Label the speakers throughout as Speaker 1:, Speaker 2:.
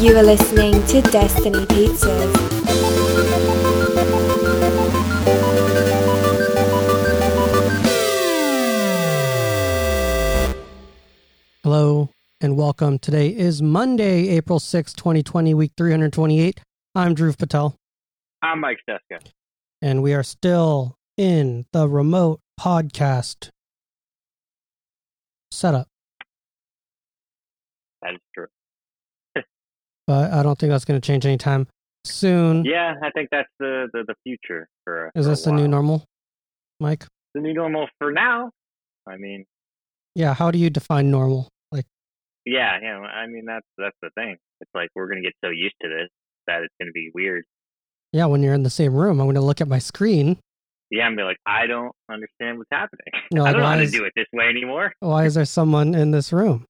Speaker 1: You are listening to Destiny Pizzas.
Speaker 2: Hello and welcome. Today is Monday, April sixth, 2020, week 328. I'm Drew Patel,
Speaker 3: I'm Mike Steska.
Speaker 2: and we are still in the remote podcast setup,
Speaker 3: That is true.
Speaker 2: but I don't think that's going to change anytime soon.
Speaker 3: Yeah, I think that's the, the, the future for.
Speaker 2: Hmm. is
Speaker 3: for a
Speaker 2: this the new
Speaker 3: while.
Speaker 2: normal, Mike?
Speaker 3: The new normal for now. I mean,
Speaker 2: Yeah. How do you define normal? Like,
Speaker 3: yeah, you know, I mean that's that's the thing. It's like we're gonna get so used to this that it's gonna be weird.
Speaker 2: yeah, when you're in the same room, I'm going to look at my screen.
Speaker 3: Yeah, I'm gonna be like, I don't understand what's happening.
Speaker 2: You're
Speaker 3: I
Speaker 2: like,
Speaker 3: don't know
Speaker 2: why
Speaker 3: how to
Speaker 2: is-
Speaker 3: do it this way anymore.
Speaker 2: Why is there someone in this room?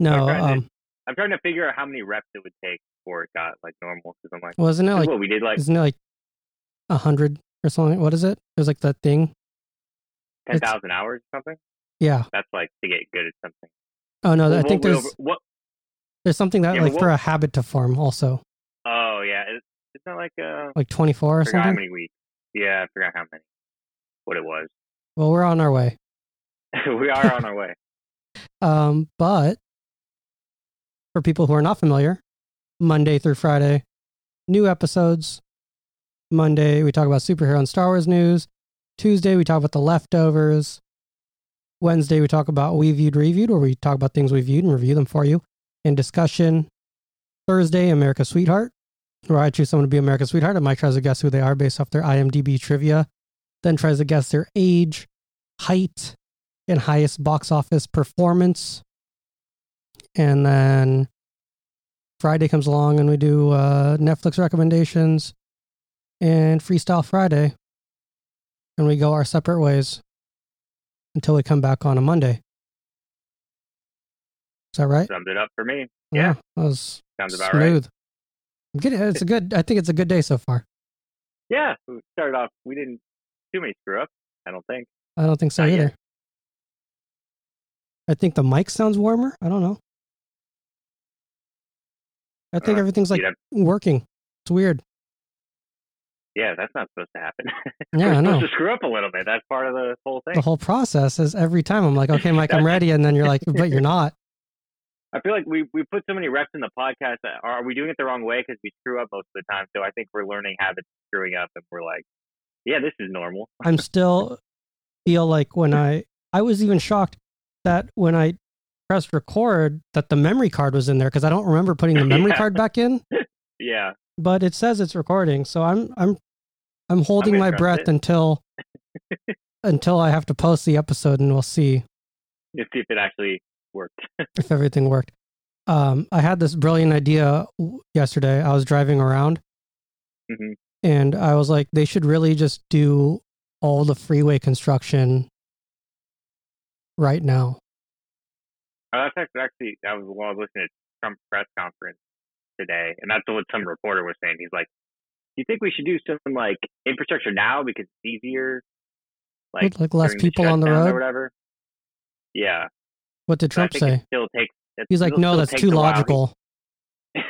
Speaker 2: No,
Speaker 3: Okay,
Speaker 2: um,
Speaker 3: I'm trying to figure out how many reps it would take before it got like normal. Because I'm like,
Speaker 2: wasn't it
Speaker 3: this is
Speaker 2: like
Speaker 3: what we did like
Speaker 2: isn't it like a hundred or something? What is it? It was like that thing.
Speaker 3: ten thousand hours or something.
Speaker 2: Yeah.
Speaker 3: That's like to get good at something.
Speaker 2: Oh no, I
Speaker 3: What-
Speaker 2: think
Speaker 3: what-
Speaker 2: there's
Speaker 3: what?
Speaker 2: there's something that
Speaker 3: Yeah, but
Speaker 2: like for
Speaker 3: what-
Speaker 2: a habit to form also,
Speaker 3: Oh yeah, it's, it's not like uh.
Speaker 2: like 24 or
Speaker 3: I forgot how
Speaker 2: something.
Speaker 3: many weeks. Yeah, I forgot how many. What it was.
Speaker 2: Well, we're on our way.
Speaker 3: we are on our way.
Speaker 2: Um, but for people who are not familiar, Monday through Friday, new episodes. Monday we talk about superhero and Star Wars news. Tuesday we talk about the leftovers. Wednesday we talk about we viewed reviewed, where we talk about things we viewed and review them for you. And discussion. Thursday, America's Sweetheart, where I choose someone to be America's Sweetheart, and Mike tries to guess who they are based off their IMDb trivia, then tries to guess their age, height, and highest box office performance. And then Friday comes along and we do uh, Netflix recommendations and Freestyle Friday. And we go our separate ways until we come back on a Monday. Is that right?
Speaker 3: Sums it up for me.
Speaker 2: Yeah. That was
Speaker 3: Sounds about right.
Speaker 2: smooth. I'm getting, it's a good, I think it's a good day so far.
Speaker 3: Yeah. We started off. We didn't too many screw ups. I don't think.
Speaker 2: I don't think so
Speaker 3: Not yet.
Speaker 2: either. I think the mic sounds warmer. I don't know. I think
Speaker 3: Uh,
Speaker 2: everything's like
Speaker 3: You'd have-
Speaker 2: working. It's weird.
Speaker 3: yeah, that's not supposed to happen.
Speaker 2: Yeah,
Speaker 3: We're
Speaker 2: I
Speaker 3: supposed
Speaker 2: know.
Speaker 3: to screw up a little bit. That's part of the whole thing.
Speaker 2: The whole process is every time I'm like, okay, Mike, I'm ready. And then you're like, but you're not.
Speaker 3: I feel like we we put so many reps in the podcast. That, are we doing it the wrong way? Because we screw up most of the time. So I think we're learning habits of screwing up, and we're like, yeah, this is normal.
Speaker 2: I'm still feel like when I, I was even shocked that when I pressed record that the memory card was in there because I don't remember putting the memory
Speaker 3: Yeah.
Speaker 2: card back in.
Speaker 3: Yeah.
Speaker 2: but it says it's recording so i'm i'm i'm holding
Speaker 3: gonna
Speaker 2: my
Speaker 3: trust
Speaker 2: breath
Speaker 3: it.
Speaker 2: until until i have to post the episode and we'll see
Speaker 3: Let's see if it actually worked.
Speaker 2: if everything worked um i had this brilliant idea w- yesterday i was driving around
Speaker 3: Mhm.
Speaker 2: and i was like they should really just do all the freeway construction right now
Speaker 3: Oh, that's act- actually I was while I was listening to Trump's press conference today, and that's what some reporter was saying. He's like, "Do you think we should do something like infrastructure now because it's easier, like
Speaker 2: With, like, less
Speaker 3: during
Speaker 2: people on the
Speaker 3: shutdown
Speaker 2: road?"
Speaker 3: or whatever?" Yeah,
Speaker 2: what did
Speaker 3: but I
Speaker 2: trump
Speaker 3: think it
Speaker 2: say
Speaker 3: still takes. it
Speaker 2: he's like
Speaker 3: still-
Speaker 2: no
Speaker 3: still
Speaker 2: that's
Speaker 3: takes
Speaker 2: too
Speaker 3: a while."
Speaker 2: logical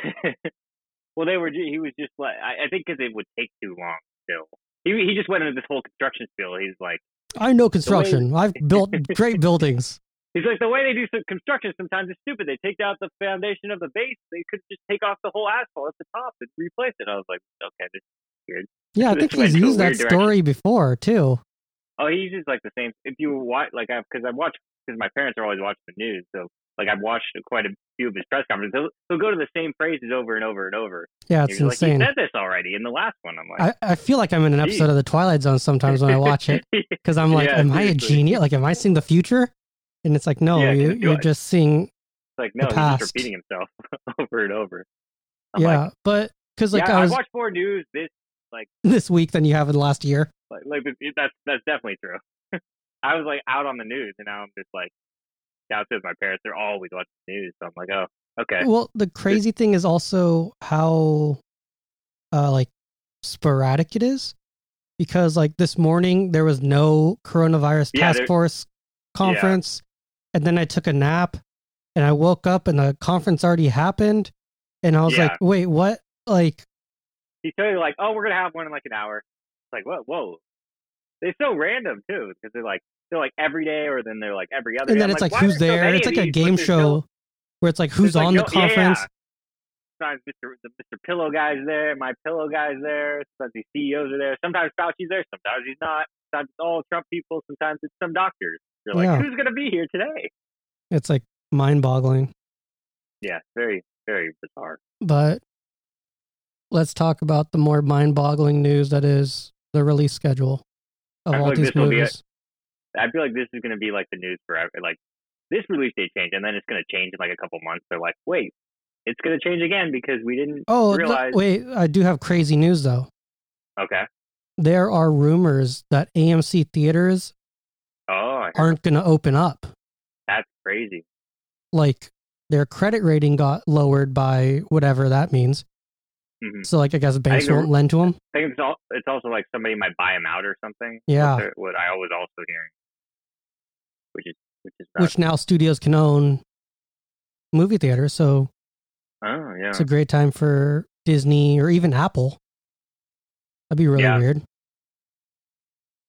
Speaker 3: well, they were. ju- He was just like, I, I think because it would take too long. Still, he he just went into this whole construction spiel. He's like.
Speaker 2: i know construction i've built great buildings
Speaker 3: He's like, the way they do some construction sometimes is stupid. They take out the foundation of the base. They could just take off the whole asphalt at the top and replace it. I was like, okay. This,
Speaker 2: yeah i
Speaker 3: This
Speaker 2: think
Speaker 3: went
Speaker 2: he's
Speaker 3: to a
Speaker 2: used that
Speaker 3: weird direction.
Speaker 2: story before too
Speaker 3: oh, he uses like the same. If you watch, like, I've, cause I've watched, cause my parents are always watching the news. So, like, I've watched quite a few of his press conferences. He'll, he'll go to the same phrases over and over and over.
Speaker 2: yeah
Speaker 3: And
Speaker 2: it's
Speaker 3: you're
Speaker 2: insane
Speaker 3: Like, he said this already in the last one. I'm like,
Speaker 2: I, I feel like I'm in an episode of The Twilight Zone sometimes when I watch it because I'm like,
Speaker 3: Yeah,
Speaker 2: am I a
Speaker 3: seriously.
Speaker 2: genius? Like, am I seeing the future? And it's like, no,
Speaker 3: Yeah,
Speaker 2: you,
Speaker 3: it's
Speaker 2: you're
Speaker 3: good.
Speaker 2: just seeing,
Speaker 3: like, no, he's
Speaker 2: past.
Speaker 3: just repeating himself over and over. I'm
Speaker 2: yeah.
Speaker 3: Like,
Speaker 2: but because like
Speaker 3: yeah,
Speaker 2: I
Speaker 3: I
Speaker 2: was
Speaker 3: watched more news this
Speaker 2: this week than you have in the last year.
Speaker 3: like, like it- that's that's definitely true. I was like out on the news, and now I'm just like down to my parents. They're always watching the news, so I'm like, oh, okay,
Speaker 2: Well, the crazy thing is also how, uh, like sporadic it is, because like this morning there was no coronavirus
Speaker 3: Yeah,
Speaker 2: task
Speaker 3: there-
Speaker 2: force conference, and then I took a nap, and I woke up and the conference already happened, And I was
Speaker 3: Yeah.
Speaker 2: like, wait, what? Like,
Speaker 3: He's totally like, oh, we're gonna have one in like an hour. It's like, whoa, whoa. It's so random too because they're like they're like every day or then they're like every other.
Speaker 2: and
Speaker 3: day.
Speaker 2: then
Speaker 3: I'm
Speaker 2: it's like,
Speaker 3: why
Speaker 2: who's
Speaker 3: are there so
Speaker 2: there?
Speaker 3: many
Speaker 2: It's
Speaker 3: of
Speaker 2: like a
Speaker 3: these, but
Speaker 2: game
Speaker 3: there's no-
Speaker 2: show where it's like, who's
Speaker 3: there's, like,
Speaker 2: on
Speaker 3: no-
Speaker 2: the
Speaker 3: yeah, yeah.
Speaker 2: conference?
Speaker 3: Sometimes Mr. the Mr. Pillow guy's there, my pillow guy's there. Sometimes these CEOs are there. Sometimes Fauci's there. Sometimes he's not. Sometimes it's all Trump people. Sometimes it's some doctors. They're like,
Speaker 2: Yeah.
Speaker 3: who's gonna be here today?
Speaker 2: It's like mind boggling.
Speaker 3: Yeah, very very bizarre.
Speaker 2: But let's talk about the more mind boggling news that is the release schedule of
Speaker 3: I feel
Speaker 2: all
Speaker 3: like
Speaker 2: these
Speaker 3: this will be
Speaker 2: movies.
Speaker 3: I feel like this is gonna be like the news forever. Like this release date change, and then it's gonna change in like a couple months. They're like, wait, it's gonna change again because we didn't.
Speaker 2: Oh, no-
Speaker 3: realize-
Speaker 2: wait, I do have crazy news though. Oh.
Speaker 3: Okay.
Speaker 2: There are rumors that AMC theaters
Speaker 3: Oh,
Speaker 2: aren't going to open up.
Speaker 3: that's crazy.
Speaker 2: Like their credit rating got lowered by whatever that means.
Speaker 3: Mhm.
Speaker 2: So, like, I guess banks
Speaker 3: the-
Speaker 2: won't lend to them.
Speaker 3: I think it's all. It's also like somebody might buy him out or something.
Speaker 2: Yeah.
Speaker 3: What, what I was also hearing, which is which is
Speaker 2: which now studios can own movie theaters. So
Speaker 3: oh yeah.
Speaker 2: it's a great time for Disney or even Apple. That'd be really
Speaker 3: Yeah.
Speaker 2: weird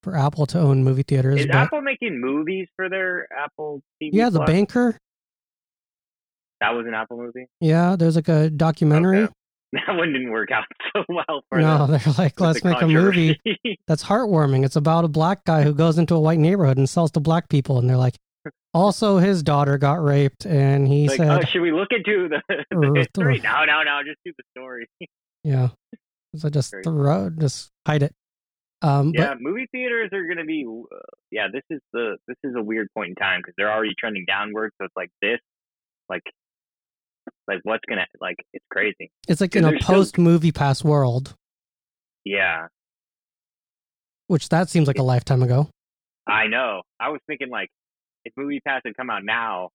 Speaker 2: for Apple to own movie theaters.
Speaker 3: Is
Speaker 2: but-
Speaker 3: Apple making movies for their Apple TV?
Speaker 2: yeah, The
Speaker 3: Plus?
Speaker 2: Banker.
Speaker 3: That was an Apple movie.
Speaker 2: Yeah, there's like a documentary.
Speaker 3: Okay. That one didn't work out so well for
Speaker 2: No,
Speaker 3: them.
Speaker 2: they're like,
Speaker 3: with
Speaker 2: let's
Speaker 3: the
Speaker 2: make a movie
Speaker 3: controversy.
Speaker 2: that's heartwarming. It's about a black guy who goes into a white neighborhood and sells to black people. And they're like, also, his daughter got raped. And he
Speaker 3: like,
Speaker 2: said,
Speaker 3: oh, should we look into the,
Speaker 2: Or-
Speaker 3: the history? No, no, no. Just do the story.
Speaker 2: yeah. So just
Speaker 3: Great.
Speaker 2: throw, just hide it. Um, but
Speaker 3: yeah, movie theaters are going to be. Uh, yeah, this is the this is a weird point in time because they're already trending downward. So it's like this, like, like what's gonna like it's crazy.
Speaker 2: It's like
Speaker 3: Yeah,
Speaker 2: in a
Speaker 3: they're still-
Speaker 2: post movie pass world,
Speaker 3: Yeah,
Speaker 2: which that seems like a lifetime ago.
Speaker 3: I know. I was thinking like if movie pass had come out now,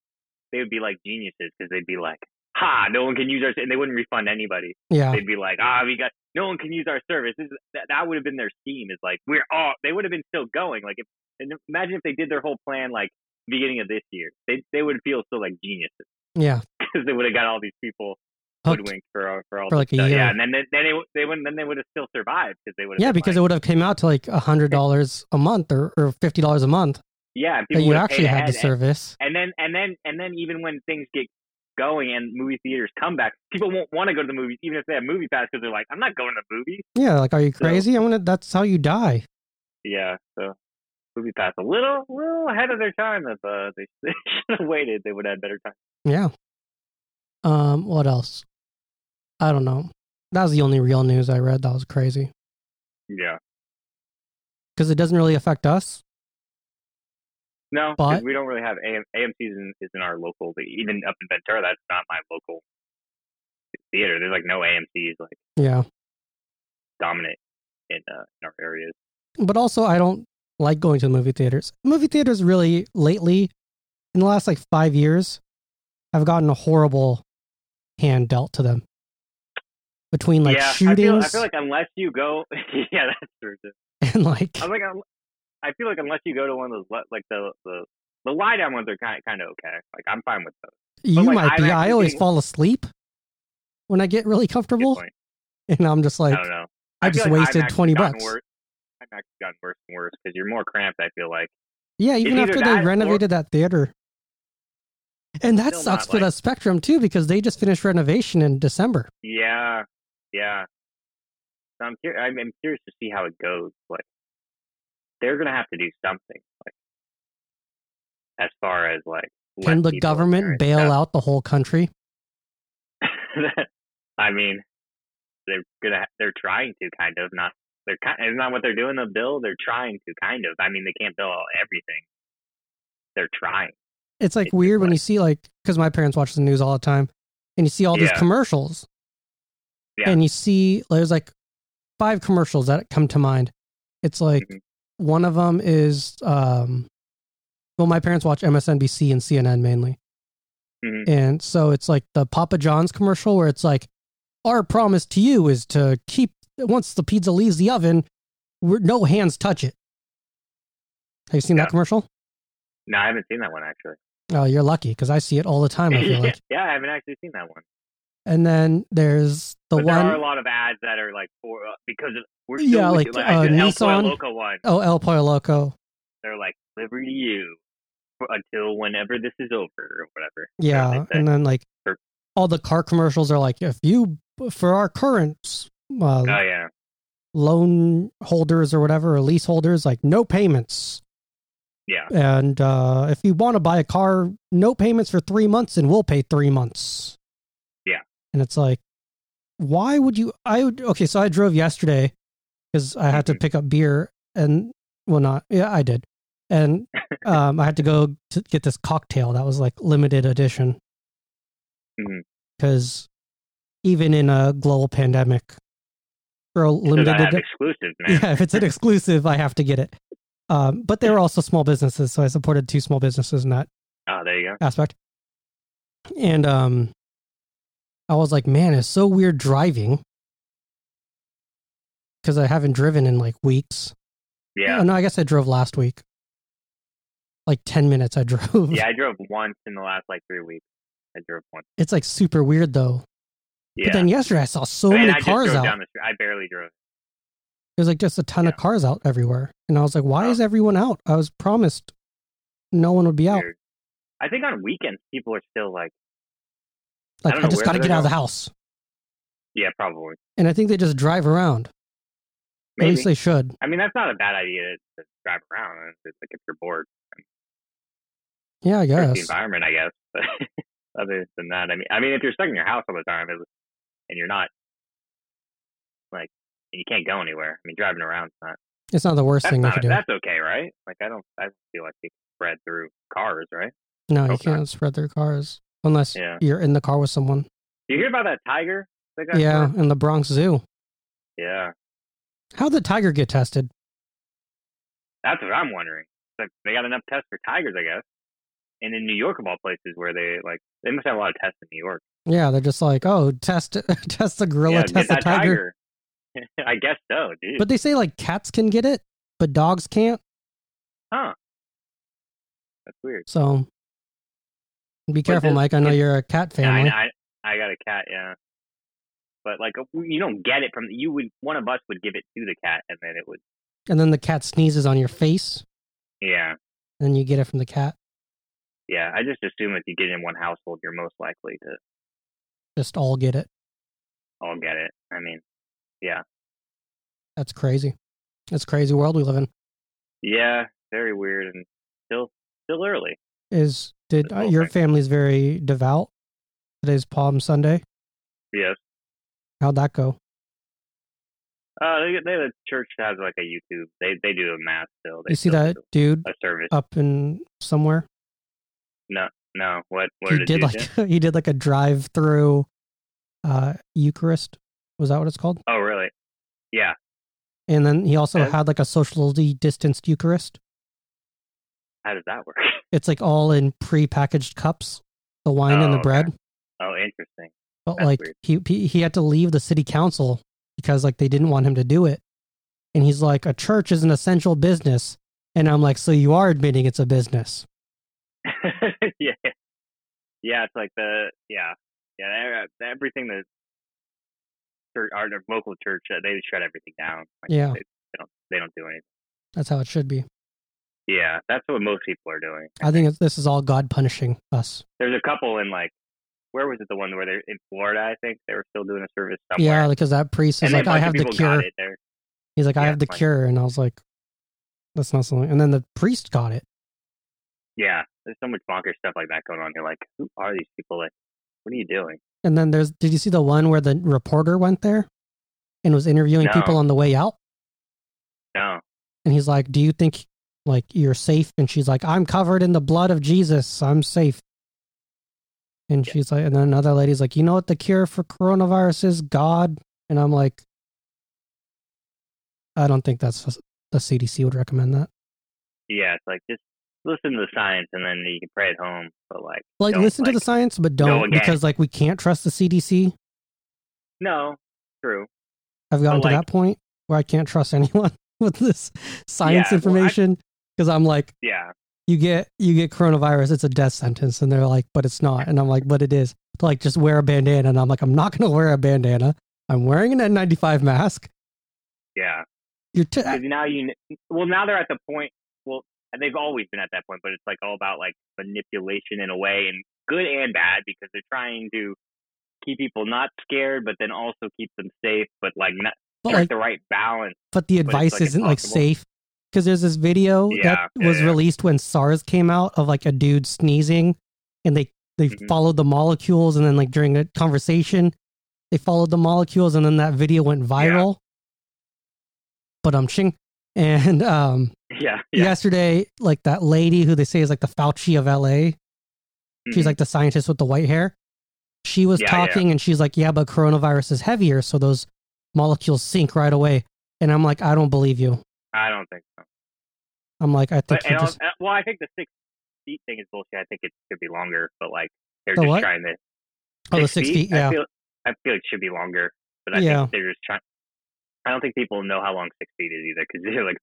Speaker 3: they would be like geniuses because they'd be like, ha, no one can use our and they wouldn't refund anybody.
Speaker 2: Yeah.
Speaker 3: They'd be like, ah, we got no one can use our service. This is, that that would have been their scheme. Is like we're all they would have been still going. Like if and imagine if they did their whole plan like beginning of this year, they they would feel still like geniuses
Speaker 2: Yeah.
Speaker 3: because they would have got all these people
Speaker 2: Hooked.
Speaker 3: hoodwinked for for all
Speaker 2: Oh, For
Speaker 3: this
Speaker 2: like a
Speaker 3: stuff.
Speaker 2: year.
Speaker 3: Yeah, and then they, then they, they wouldn't then they would have still survived because they would have
Speaker 2: Yeah,
Speaker 3: been
Speaker 2: because it
Speaker 3: like,
Speaker 2: would have came out to like a hundred dollars a month or, or fifty dollars a month
Speaker 3: yeah and
Speaker 2: that
Speaker 3: people
Speaker 2: you
Speaker 3: would've paid
Speaker 2: actually had the
Speaker 3: ahead and-
Speaker 2: service.
Speaker 3: And then and then and then even when things get going and movie theaters come back, people won't want to go to the movies even if they have movie pass because they're like, I'm not going to the movies.
Speaker 2: Yeah, like are you crazy? I want that's how you die.
Speaker 3: Yeah, so movie pass a little little ahead of their time. If uh, they, they should have waited, they would have had better time.
Speaker 2: Yeah. Um, what else? I don't know. That was the only real news I read that was crazy.
Speaker 3: Yeah.
Speaker 2: Because it doesn't really affect us.
Speaker 3: No, 'cause
Speaker 2: But-
Speaker 3: we don't really have AM, AMC's in, is in our local. Even up in Ventura, that's not my local theater. There's like no AMC's like
Speaker 2: Yeah.
Speaker 3: dominant in uh, in our areas.
Speaker 2: but also I don't like going to the movie theaters. Movie theaters really lately, in the last like five years, have gotten a horrible hand dealt to them. Between like
Speaker 3: yeah,
Speaker 2: shootings
Speaker 3: I feel, I feel like unless you go, yeah, that's true. too.
Speaker 2: and like
Speaker 3: I like. un- I feel like unless you go to one of those le- like the the the lie down ones are kind kind of okay. Like I'm fine with those.
Speaker 2: you
Speaker 3: like,
Speaker 2: might
Speaker 3: I'm
Speaker 2: be. I
Speaker 3: actually
Speaker 2: always
Speaker 3: getting-
Speaker 2: fall asleep when I get really
Speaker 3: Good
Speaker 2: comfortable,
Speaker 3: point.
Speaker 2: and I'm just
Speaker 3: I
Speaker 2: like,
Speaker 3: don't know.
Speaker 2: I,
Speaker 3: feel
Speaker 2: just
Speaker 3: like I've
Speaker 2: wasted
Speaker 3: actually
Speaker 2: twenty
Speaker 3: gotten
Speaker 2: bucks.
Speaker 3: Worse. I've actually gotten worse and worse because you're more cramped. I feel like.
Speaker 2: Yeah, even
Speaker 3: either
Speaker 2: after
Speaker 3: that
Speaker 2: they
Speaker 3: or-
Speaker 2: renovated that theater. And that
Speaker 3: Still
Speaker 2: sucks
Speaker 3: not,
Speaker 2: for the
Speaker 3: like-
Speaker 2: Spectrum too, because they just finished renovation in December.
Speaker 3: Yeah, yeah. So I'm curious. I'm, I'm curious to see how it goes. Like they're gonna have to do something. Like as far as like
Speaker 2: Can
Speaker 3: let
Speaker 2: the
Speaker 3: people
Speaker 2: government
Speaker 3: experience
Speaker 2: bail
Speaker 3: that.
Speaker 2: out the whole country?
Speaker 3: I mean, they're gonna. They're trying to kind of not. They're kind. It's not what they're doing. The bill. They're trying to kind of. I mean, they can't bill everything. They're trying.
Speaker 2: it's like
Speaker 3: It's
Speaker 2: weird when
Speaker 3: like-
Speaker 2: you see like because my parents watch the news all the time and you see all these
Speaker 3: Yeah.
Speaker 2: commercials
Speaker 3: Yeah.
Speaker 2: and you see there's like five commercials that come to mind it's like
Speaker 3: Mhm.
Speaker 2: one of them is um well my parents watch msnbc and cnn mainly
Speaker 3: Mhm.
Speaker 2: and so it's like the papa john's commercial where it's like our promise to you is to keep once the pizza leaves the oven we're, no hands touch it have you seen
Speaker 3: Yeah.
Speaker 2: that commercial
Speaker 3: No, I haven't seen that one actually.
Speaker 2: oh you're lucky because i see it all the time i feel
Speaker 3: yeah,
Speaker 2: like
Speaker 3: yeah, I haven't actually seen that one.
Speaker 2: And then there's the
Speaker 3: but
Speaker 2: one
Speaker 3: there are a lot of ads that are like for uh, because of, we're still
Speaker 2: Yeah,
Speaker 3: with
Speaker 2: like,
Speaker 3: you. like
Speaker 2: uh,
Speaker 3: I did El Pollo
Speaker 2: Nissan.
Speaker 3: Loco one.
Speaker 2: oh El Pollo Loco.
Speaker 3: They're like delivery to you for, until whenever this is over or whatever.
Speaker 2: Yeah,
Speaker 3: Like that.
Speaker 2: and then like
Speaker 3: Sure.
Speaker 2: all the car commercials are like if you for our current uh,
Speaker 3: oh yeah,
Speaker 2: loan holders or whatever or lease holders like no payments
Speaker 3: yeah.
Speaker 2: and uh, if you want to buy a car no payments for three months and we'll pay three months
Speaker 3: Yeah.
Speaker 2: and it's like why would you i would okay so i drove yesterday because i had to
Speaker 3: Mm-hmm.
Speaker 2: pick up beer and well not yeah i did and um, i had to go to get this cocktail that was like limited edition
Speaker 3: Mhm.
Speaker 2: because even in a global pandemic or a
Speaker 3: Because
Speaker 2: limited
Speaker 3: I have
Speaker 2: edi-
Speaker 3: exclusives now.
Speaker 2: yeah, if it's an exclusive, I have to get it. Um, but they were also small businesses, so I supported two small businesses in that
Speaker 3: Oh, there you go.
Speaker 2: aspect. And um, I was like, man, it's so weird driving because I haven't driven in like weeks.
Speaker 3: Yeah.
Speaker 2: Oh, no, I guess I drove last week. Like 10 minutes I drove.
Speaker 3: Yeah, I drove once in the last like three weeks. I drove once.
Speaker 2: It's like super weird though.
Speaker 3: Yeah.
Speaker 2: But then yesterday I saw so
Speaker 3: Man,
Speaker 2: many
Speaker 3: I just
Speaker 2: cars
Speaker 3: drove
Speaker 2: out.
Speaker 3: down the street. I barely drove.
Speaker 2: There's like just a ton of cars out everywhere. And I was like, why
Speaker 3: Oh.
Speaker 2: is everyone out? I was promised no one would be out.
Speaker 3: Weird. I think on weekends people are still like, I
Speaker 2: Like
Speaker 3: don't
Speaker 2: I,
Speaker 3: know
Speaker 2: just
Speaker 3: where
Speaker 2: got to
Speaker 3: they're
Speaker 2: get out of the
Speaker 3: going.
Speaker 2: house,
Speaker 3: yeah, probably.
Speaker 2: and I think they just drive around. At
Speaker 3: Maybe.
Speaker 2: least they should.
Speaker 3: I mean, that's not a bad idea to, to drive around. It's like if you're bored,
Speaker 2: Yeah, I
Speaker 3: It's the
Speaker 2: guess.
Speaker 3: environment, I guess. But other than that, I mean, I mean, if you're stuck in your house all the time it- and you're not like you can't go anywhere. I mean, driving around's not
Speaker 2: It's not the worst
Speaker 3: that's
Speaker 2: thing they
Speaker 3: not
Speaker 2: could do.
Speaker 3: that's okay, right? Like I don't I feel like you can spread through cars, right?
Speaker 2: No, you
Speaker 3: okay.
Speaker 2: can't spread their cars unless
Speaker 3: Yeah.
Speaker 2: you're in the car with someone.
Speaker 3: You hear about that tiger? That got
Speaker 2: yeah,
Speaker 3: caught?
Speaker 2: in the Bronx Zoo.
Speaker 3: yeah.
Speaker 2: How'd the tiger get tested?
Speaker 3: That's what I'm wondering. It's Like they got enough tests for tigers, I guess. And in New York, of all places, where they like they must have a lot of tests in New York.
Speaker 2: Yeah, they're just like, oh, test test the gorilla,
Speaker 3: yeah,
Speaker 2: test
Speaker 3: get
Speaker 2: the
Speaker 3: that
Speaker 2: tiger.
Speaker 3: I guess so, dude.
Speaker 2: But they say like cats can get it, but dogs can't.
Speaker 3: that's weird.
Speaker 2: So be careful,
Speaker 3: this-
Speaker 2: Mike. I know
Speaker 3: it-
Speaker 2: you're a cat
Speaker 3: Yeah,
Speaker 2: family.
Speaker 3: I, I I got a cat, yeah. But like you don't get it from you would one of us would give it to the cat and then it would
Speaker 2: and then the cat sneezes on your face,
Speaker 3: yeah
Speaker 2: and you get it from the cat.
Speaker 3: yeah I just assume if you get it in one household you're most likely to
Speaker 2: Just all get it.
Speaker 3: all get it. I mean
Speaker 2: That's crazy. That's a crazy world we live in.
Speaker 3: yeah very weird and still still early
Speaker 2: Is did
Speaker 3: That's
Speaker 2: uh,
Speaker 3: all
Speaker 2: your
Speaker 3: right.
Speaker 2: family's very devout? Today's Palm Sunday.
Speaker 3: yes
Speaker 2: How'd that go?
Speaker 3: uh they, they the church has like a YouTube they they do a mass still they
Speaker 2: You see
Speaker 3: still
Speaker 2: that Oh,
Speaker 3: do
Speaker 2: dude
Speaker 3: a service
Speaker 2: up in somewhere?
Speaker 3: no what what
Speaker 2: He
Speaker 3: did,
Speaker 2: did
Speaker 3: you
Speaker 2: like he did like a drive-through uh Eucharist. Was that what it's called?
Speaker 3: oh really yeah
Speaker 2: And then he also
Speaker 3: Yeah.
Speaker 2: had like a socially distanced Eucharist.
Speaker 3: how does that work
Speaker 2: It's like all in pre-packaged cups, the wine and
Speaker 3: Oh,
Speaker 2: the
Speaker 3: okay.
Speaker 2: bread.
Speaker 3: oh interesting
Speaker 2: But
Speaker 3: That's
Speaker 2: like
Speaker 3: weird.
Speaker 2: he, he he had to leave the city council because like they didn't want him to do it. And he's like, a church is an essential business. And I'm like, so you are admitting it's a business.
Speaker 3: yeah, yeah. It's like the yeah, yeah. e- Everything the church, our their local church, uh, they shut everything down. Like,
Speaker 2: Yeah.
Speaker 3: they, they don't. They don't do anything.
Speaker 2: That's how it should be.
Speaker 3: Yeah, that's what most people are doing.
Speaker 2: I think it's, this is all God punishing us.
Speaker 3: There's a couple in like, where was it? The one where they're in Florida, I think they were still doing a service somewhere.
Speaker 2: Yeah, because that priest is like,
Speaker 3: and then a bunch
Speaker 2: I
Speaker 3: of
Speaker 2: have the
Speaker 3: people got
Speaker 2: cure.
Speaker 3: it there.
Speaker 2: He's like, I
Speaker 3: Yeah,
Speaker 2: have the
Speaker 3: like-
Speaker 2: cure. And I was like, that's not something. And then the priest got it.
Speaker 3: Yeah, there's so much bonkers stuff like that going on. You're like, who are these people? Like, what are you doing?
Speaker 2: And then there's, did you see the one where the reporter went there and was interviewing
Speaker 3: No.
Speaker 2: people on the way out?
Speaker 3: No,
Speaker 2: And he's like, Do you think like you're safe? And she's like, I'm covered in the blood of Jesus. I'm safe. And
Speaker 3: Yeah.
Speaker 2: she's like, and then another lady's like, You know what the cure for coronavirus is? God. And I'm like, I don't think that's the CDC would recommend that.
Speaker 3: yeah. It's like just listen to the science, and then you can pray at home. But like,
Speaker 2: Like,
Speaker 3: don't,
Speaker 2: listen
Speaker 3: like-
Speaker 2: to the science, but
Speaker 3: go
Speaker 2: don't
Speaker 3: again.
Speaker 2: because like we can't trust the CDC.
Speaker 3: no, true.
Speaker 2: I've gotten
Speaker 3: But,
Speaker 2: to
Speaker 3: like-
Speaker 2: that point where I can't trust anyone with this science
Speaker 3: Yeah, well, I-
Speaker 2: information because I'm like,
Speaker 3: Yeah.
Speaker 2: you get you get coronavirus it's a death sentence and they're like but it's not and i'm like but it is to like just wear a bandana. And I'm like, I'm not going to wear a bandana. I'm wearing an N95 mask.
Speaker 3: Yeah.
Speaker 2: You're t-
Speaker 3: 'Cause now you, kn- well, now they're at the point. Well, and they've always been at that point, but it's like all about like manipulation in a way, and good and bad because they're trying to keep people not scared, but then also keep them safe, but like not
Speaker 2: but,
Speaker 3: strike
Speaker 2: like,
Speaker 3: the right balance.
Speaker 2: but the
Speaker 3: it's,
Speaker 2: advice
Speaker 3: like,
Speaker 2: isn't like
Speaker 3: impossible.
Speaker 2: safe because there's this video
Speaker 3: Yeah,
Speaker 2: that
Speaker 3: yeah,
Speaker 2: was
Speaker 3: yeah.
Speaker 2: released when SARS came out of like a dude sneezing and they they
Speaker 3: Mhm.
Speaker 2: followed the molecules and then like during a conversation they followed the molecules and then that video went viral. But um ching and um
Speaker 3: Yeah, yeah.
Speaker 2: yesterday like that lady who they say is like the Fauci of LA She's
Speaker 3: Mhm.
Speaker 2: like the scientist with the white hair. She was
Speaker 3: Yeah, yeah.
Speaker 2: talking and she's like, Yeah, but coronavirus is heavier, so those molecules sink right away. And I'm like, I don't believe you.
Speaker 3: I don't think so.
Speaker 2: I'm like, I think
Speaker 3: But,
Speaker 2: you
Speaker 3: and
Speaker 2: just
Speaker 3: I'll- uh, well, I think the six feet thing is bullshit. I think it should be longer, but like they're
Speaker 2: The
Speaker 3: just
Speaker 2: what?
Speaker 3: trying to.
Speaker 2: oh the six feet, yeah.
Speaker 3: I feel, I feel it should be longer, but I
Speaker 2: Yeah.
Speaker 3: think they're just trying. I don't think people know how long six feet is either because they're like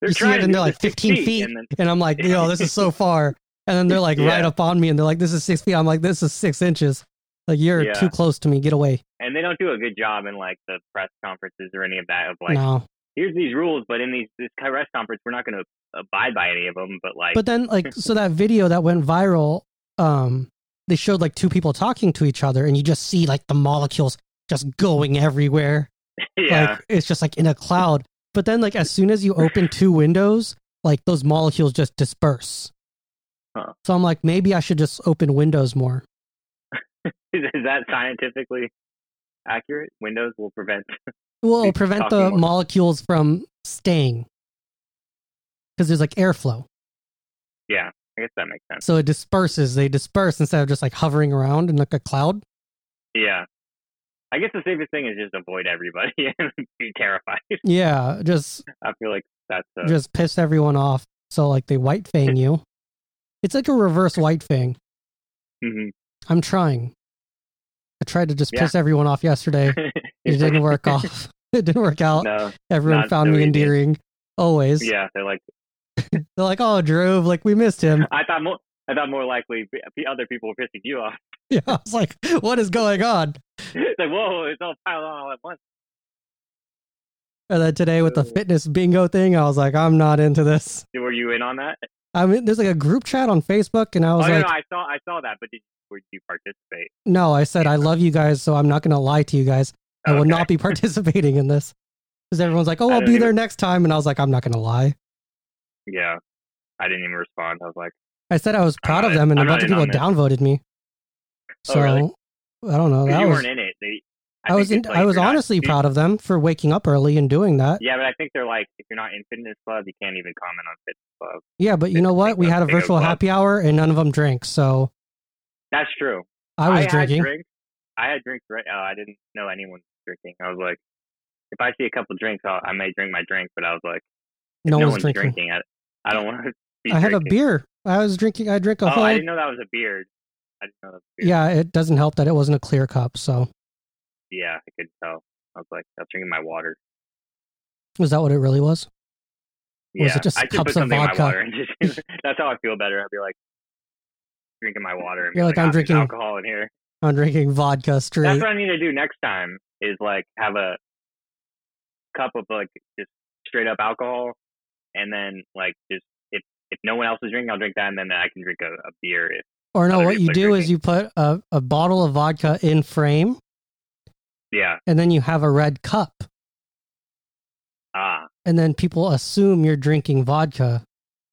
Speaker 3: they're
Speaker 2: You see
Speaker 3: trying
Speaker 2: it
Speaker 3: to
Speaker 2: and
Speaker 3: do
Speaker 2: they're like
Speaker 3: the six
Speaker 2: 15 feet,
Speaker 3: and then
Speaker 2: and I'm like, yo, this is so far. And then they're like right
Speaker 3: Yeah.
Speaker 2: up on me and they're like, This is six feet. I'm like, This is six inches. Like you're
Speaker 3: Yeah.
Speaker 2: too close to me. Get away.
Speaker 3: and they don't do a good job in like the press conferences or any of that of like
Speaker 2: no.
Speaker 3: here's these rules, but in these this press conference we're not going to abide by any of them. But like
Speaker 2: But then like so that video that went viral, um, they showed like two people talking to each other and you just see like the molecules just going everywhere.
Speaker 3: yeah,
Speaker 2: Like it's just like in a cloud. But then like as soon as you open two windows, like those molecules just disperse.
Speaker 3: Huh.
Speaker 2: So I'm like, maybe I should just open windows more.
Speaker 3: is, is that scientifically accurate? Windows will prevent.
Speaker 2: Well, it'll
Speaker 3: Keep
Speaker 2: prevent
Speaker 3: talking
Speaker 2: the
Speaker 3: more.
Speaker 2: molecules from staying because there's like airflow,
Speaker 3: Yeah, I guess that makes sense.
Speaker 2: so it disperses. They disperse instead of just like hovering around in like a cloud.
Speaker 3: Yeah. I guess the safest thing is just avoid everybody and be terrified.
Speaker 2: Yeah, just
Speaker 3: I feel like that's uh,
Speaker 2: just piss everyone off. So like they white fang you. It's like a reverse white fang.
Speaker 3: mhm.
Speaker 2: I'm trying. I tried to just
Speaker 3: Yeah.
Speaker 2: piss everyone off yesterday. It didn't work off. It didn't work out.
Speaker 3: No,
Speaker 2: Everyone
Speaker 3: not
Speaker 2: found
Speaker 3: so
Speaker 2: me
Speaker 3: easy.
Speaker 2: endearing. Always.
Speaker 3: yeah, they're like
Speaker 2: They're like, oh, Drove, like we missed him.
Speaker 3: I thought more. I thought more likely p- p- other people were pissing you off.
Speaker 2: Yeah. I was like, what is going on?
Speaker 3: It's like whoa, it's all piled on all at once.
Speaker 2: And then today with the
Speaker 3: Oh.
Speaker 2: fitness bingo thing, I was like, I'm not into this.
Speaker 3: Were you in on that?
Speaker 2: I mean, there's like a group chat on Facebook, and I
Speaker 3: Oh
Speaker 2: was
Speaker 3: no,
Speaker 2: like,
Speaker 3: no, I saw I saw that, but did were you participate?
Speaker 2: no, I said, I love you guys, so I'm not going to lie to you guys. I will
Speaker 3: Okay.
Speaker 2: not be participating in this. Because everyone's like, oh,
Speaker 3: I
Speaker 2: I'll
Speaker 3: didn't
Speaker 2: be there next time. And I was like, I'm not going to lie.
Speaker 3: Yeah, I didn't even respond. I was like,
Speaker 2: I said I was proud
Speaker 3: not
Speaker 2: of
Speaker 3: in-
Speaker 2: them, and a
Speaker 3: I'm not
Speaker 2: bunch of
Speaker 3: in
Speaker 2: people
Speaker 3: on this.
Speaker 2: downvoted me.
Speaker 3: Oh,
Speaker 2: So
Speaker 3: really?
Speaker 2: I don't know.
Speaker 3: 'cause
Speaker 2: That
Speaker 3: you
Speaker 2: was,
Speaker 3: weren't in it. They,
Speaker 2: I, was, in, I was honestly proud of them for waking up early and doing that.
Speaker 3: Yeah, but I think they're like, if you're not in fitness club, you can't even comment on fitness club.
Speaker 2: Yeah, but you know what? We had a
Speaker 3: Bingo
Speaker 2: virtual
Speaker 3: club.
Speaker 2: happy hour, and none of them drank. So
Speaker 3: That's true.
Speaker 2: I was
Speaker 3: had
Speaker 2: drinking.
Speaker 3: Drinks. I had drinks. Right, uh, I didn't know anyone was drinking. I was like, if I see a couple drinks, I'll, I may drink my drink. But I was like,
Speaker 2: no,
Speaker 3: no
Speaker 2: one was
Speaker 3: one's
Speaker 2: drinking.
Speaker 3: drinking. I, I don't want to. Be
Speaker 2: I had a
Speaker 3: drinking.
Speaker 2: beer. I was drinking. I drank a
Speaker 3: Oh,
Speaker 2: whole.
Speaker 3: I didn't know that was a beard. I didn't know that was a beard.
Speaker 2: yeah, it doesn't help that it wasn't a clear cup. So
Speaker 3: Yeah, I could tell. I was like, I was drinking my water.
Speaker 2: was that what it really was?
Speaker 3: Yeah,
Speaker 2: Or was it just
Speaker 3: I should
Speaker 2: cups
Speaker 3: put
Speaker 2: of
Speaker 3: something in
Speaker 2: vodka?
Speaker 3: my water. And just, that's how I feel better. I'd be like, drinking my water. And be
Speaker 2: You're like,
Speaker 3: like,
Speaker 2: I'm
Speaker 3: "Ah, there's
Speaker 2: drinking-
Speaker 3: alcohol in here.
Speaker 2: I'm drinking vodka
Speaker 3: That's
Speaker 2: straight.
Speaker 3: what I need to do next time. Is like have a cup of like just straight up alcohol, and then like just if if no one else is drinking, I'll drink that, and then I can drink a, a beer. If,
Speaker 2: Or no,
Speaker 3: Other
Speaker 2: what you
Speaker 3: people are
Speaker 2: do is
Speaker 3: drinking.
Speaker 2: you put a, a bottle of vodka in frame,
Speaker 3: yeah.
Speaker 2: and then you have a red cup,
Speaker 3: Ah,
Speaker 2: and then people assume you're drinking vodka.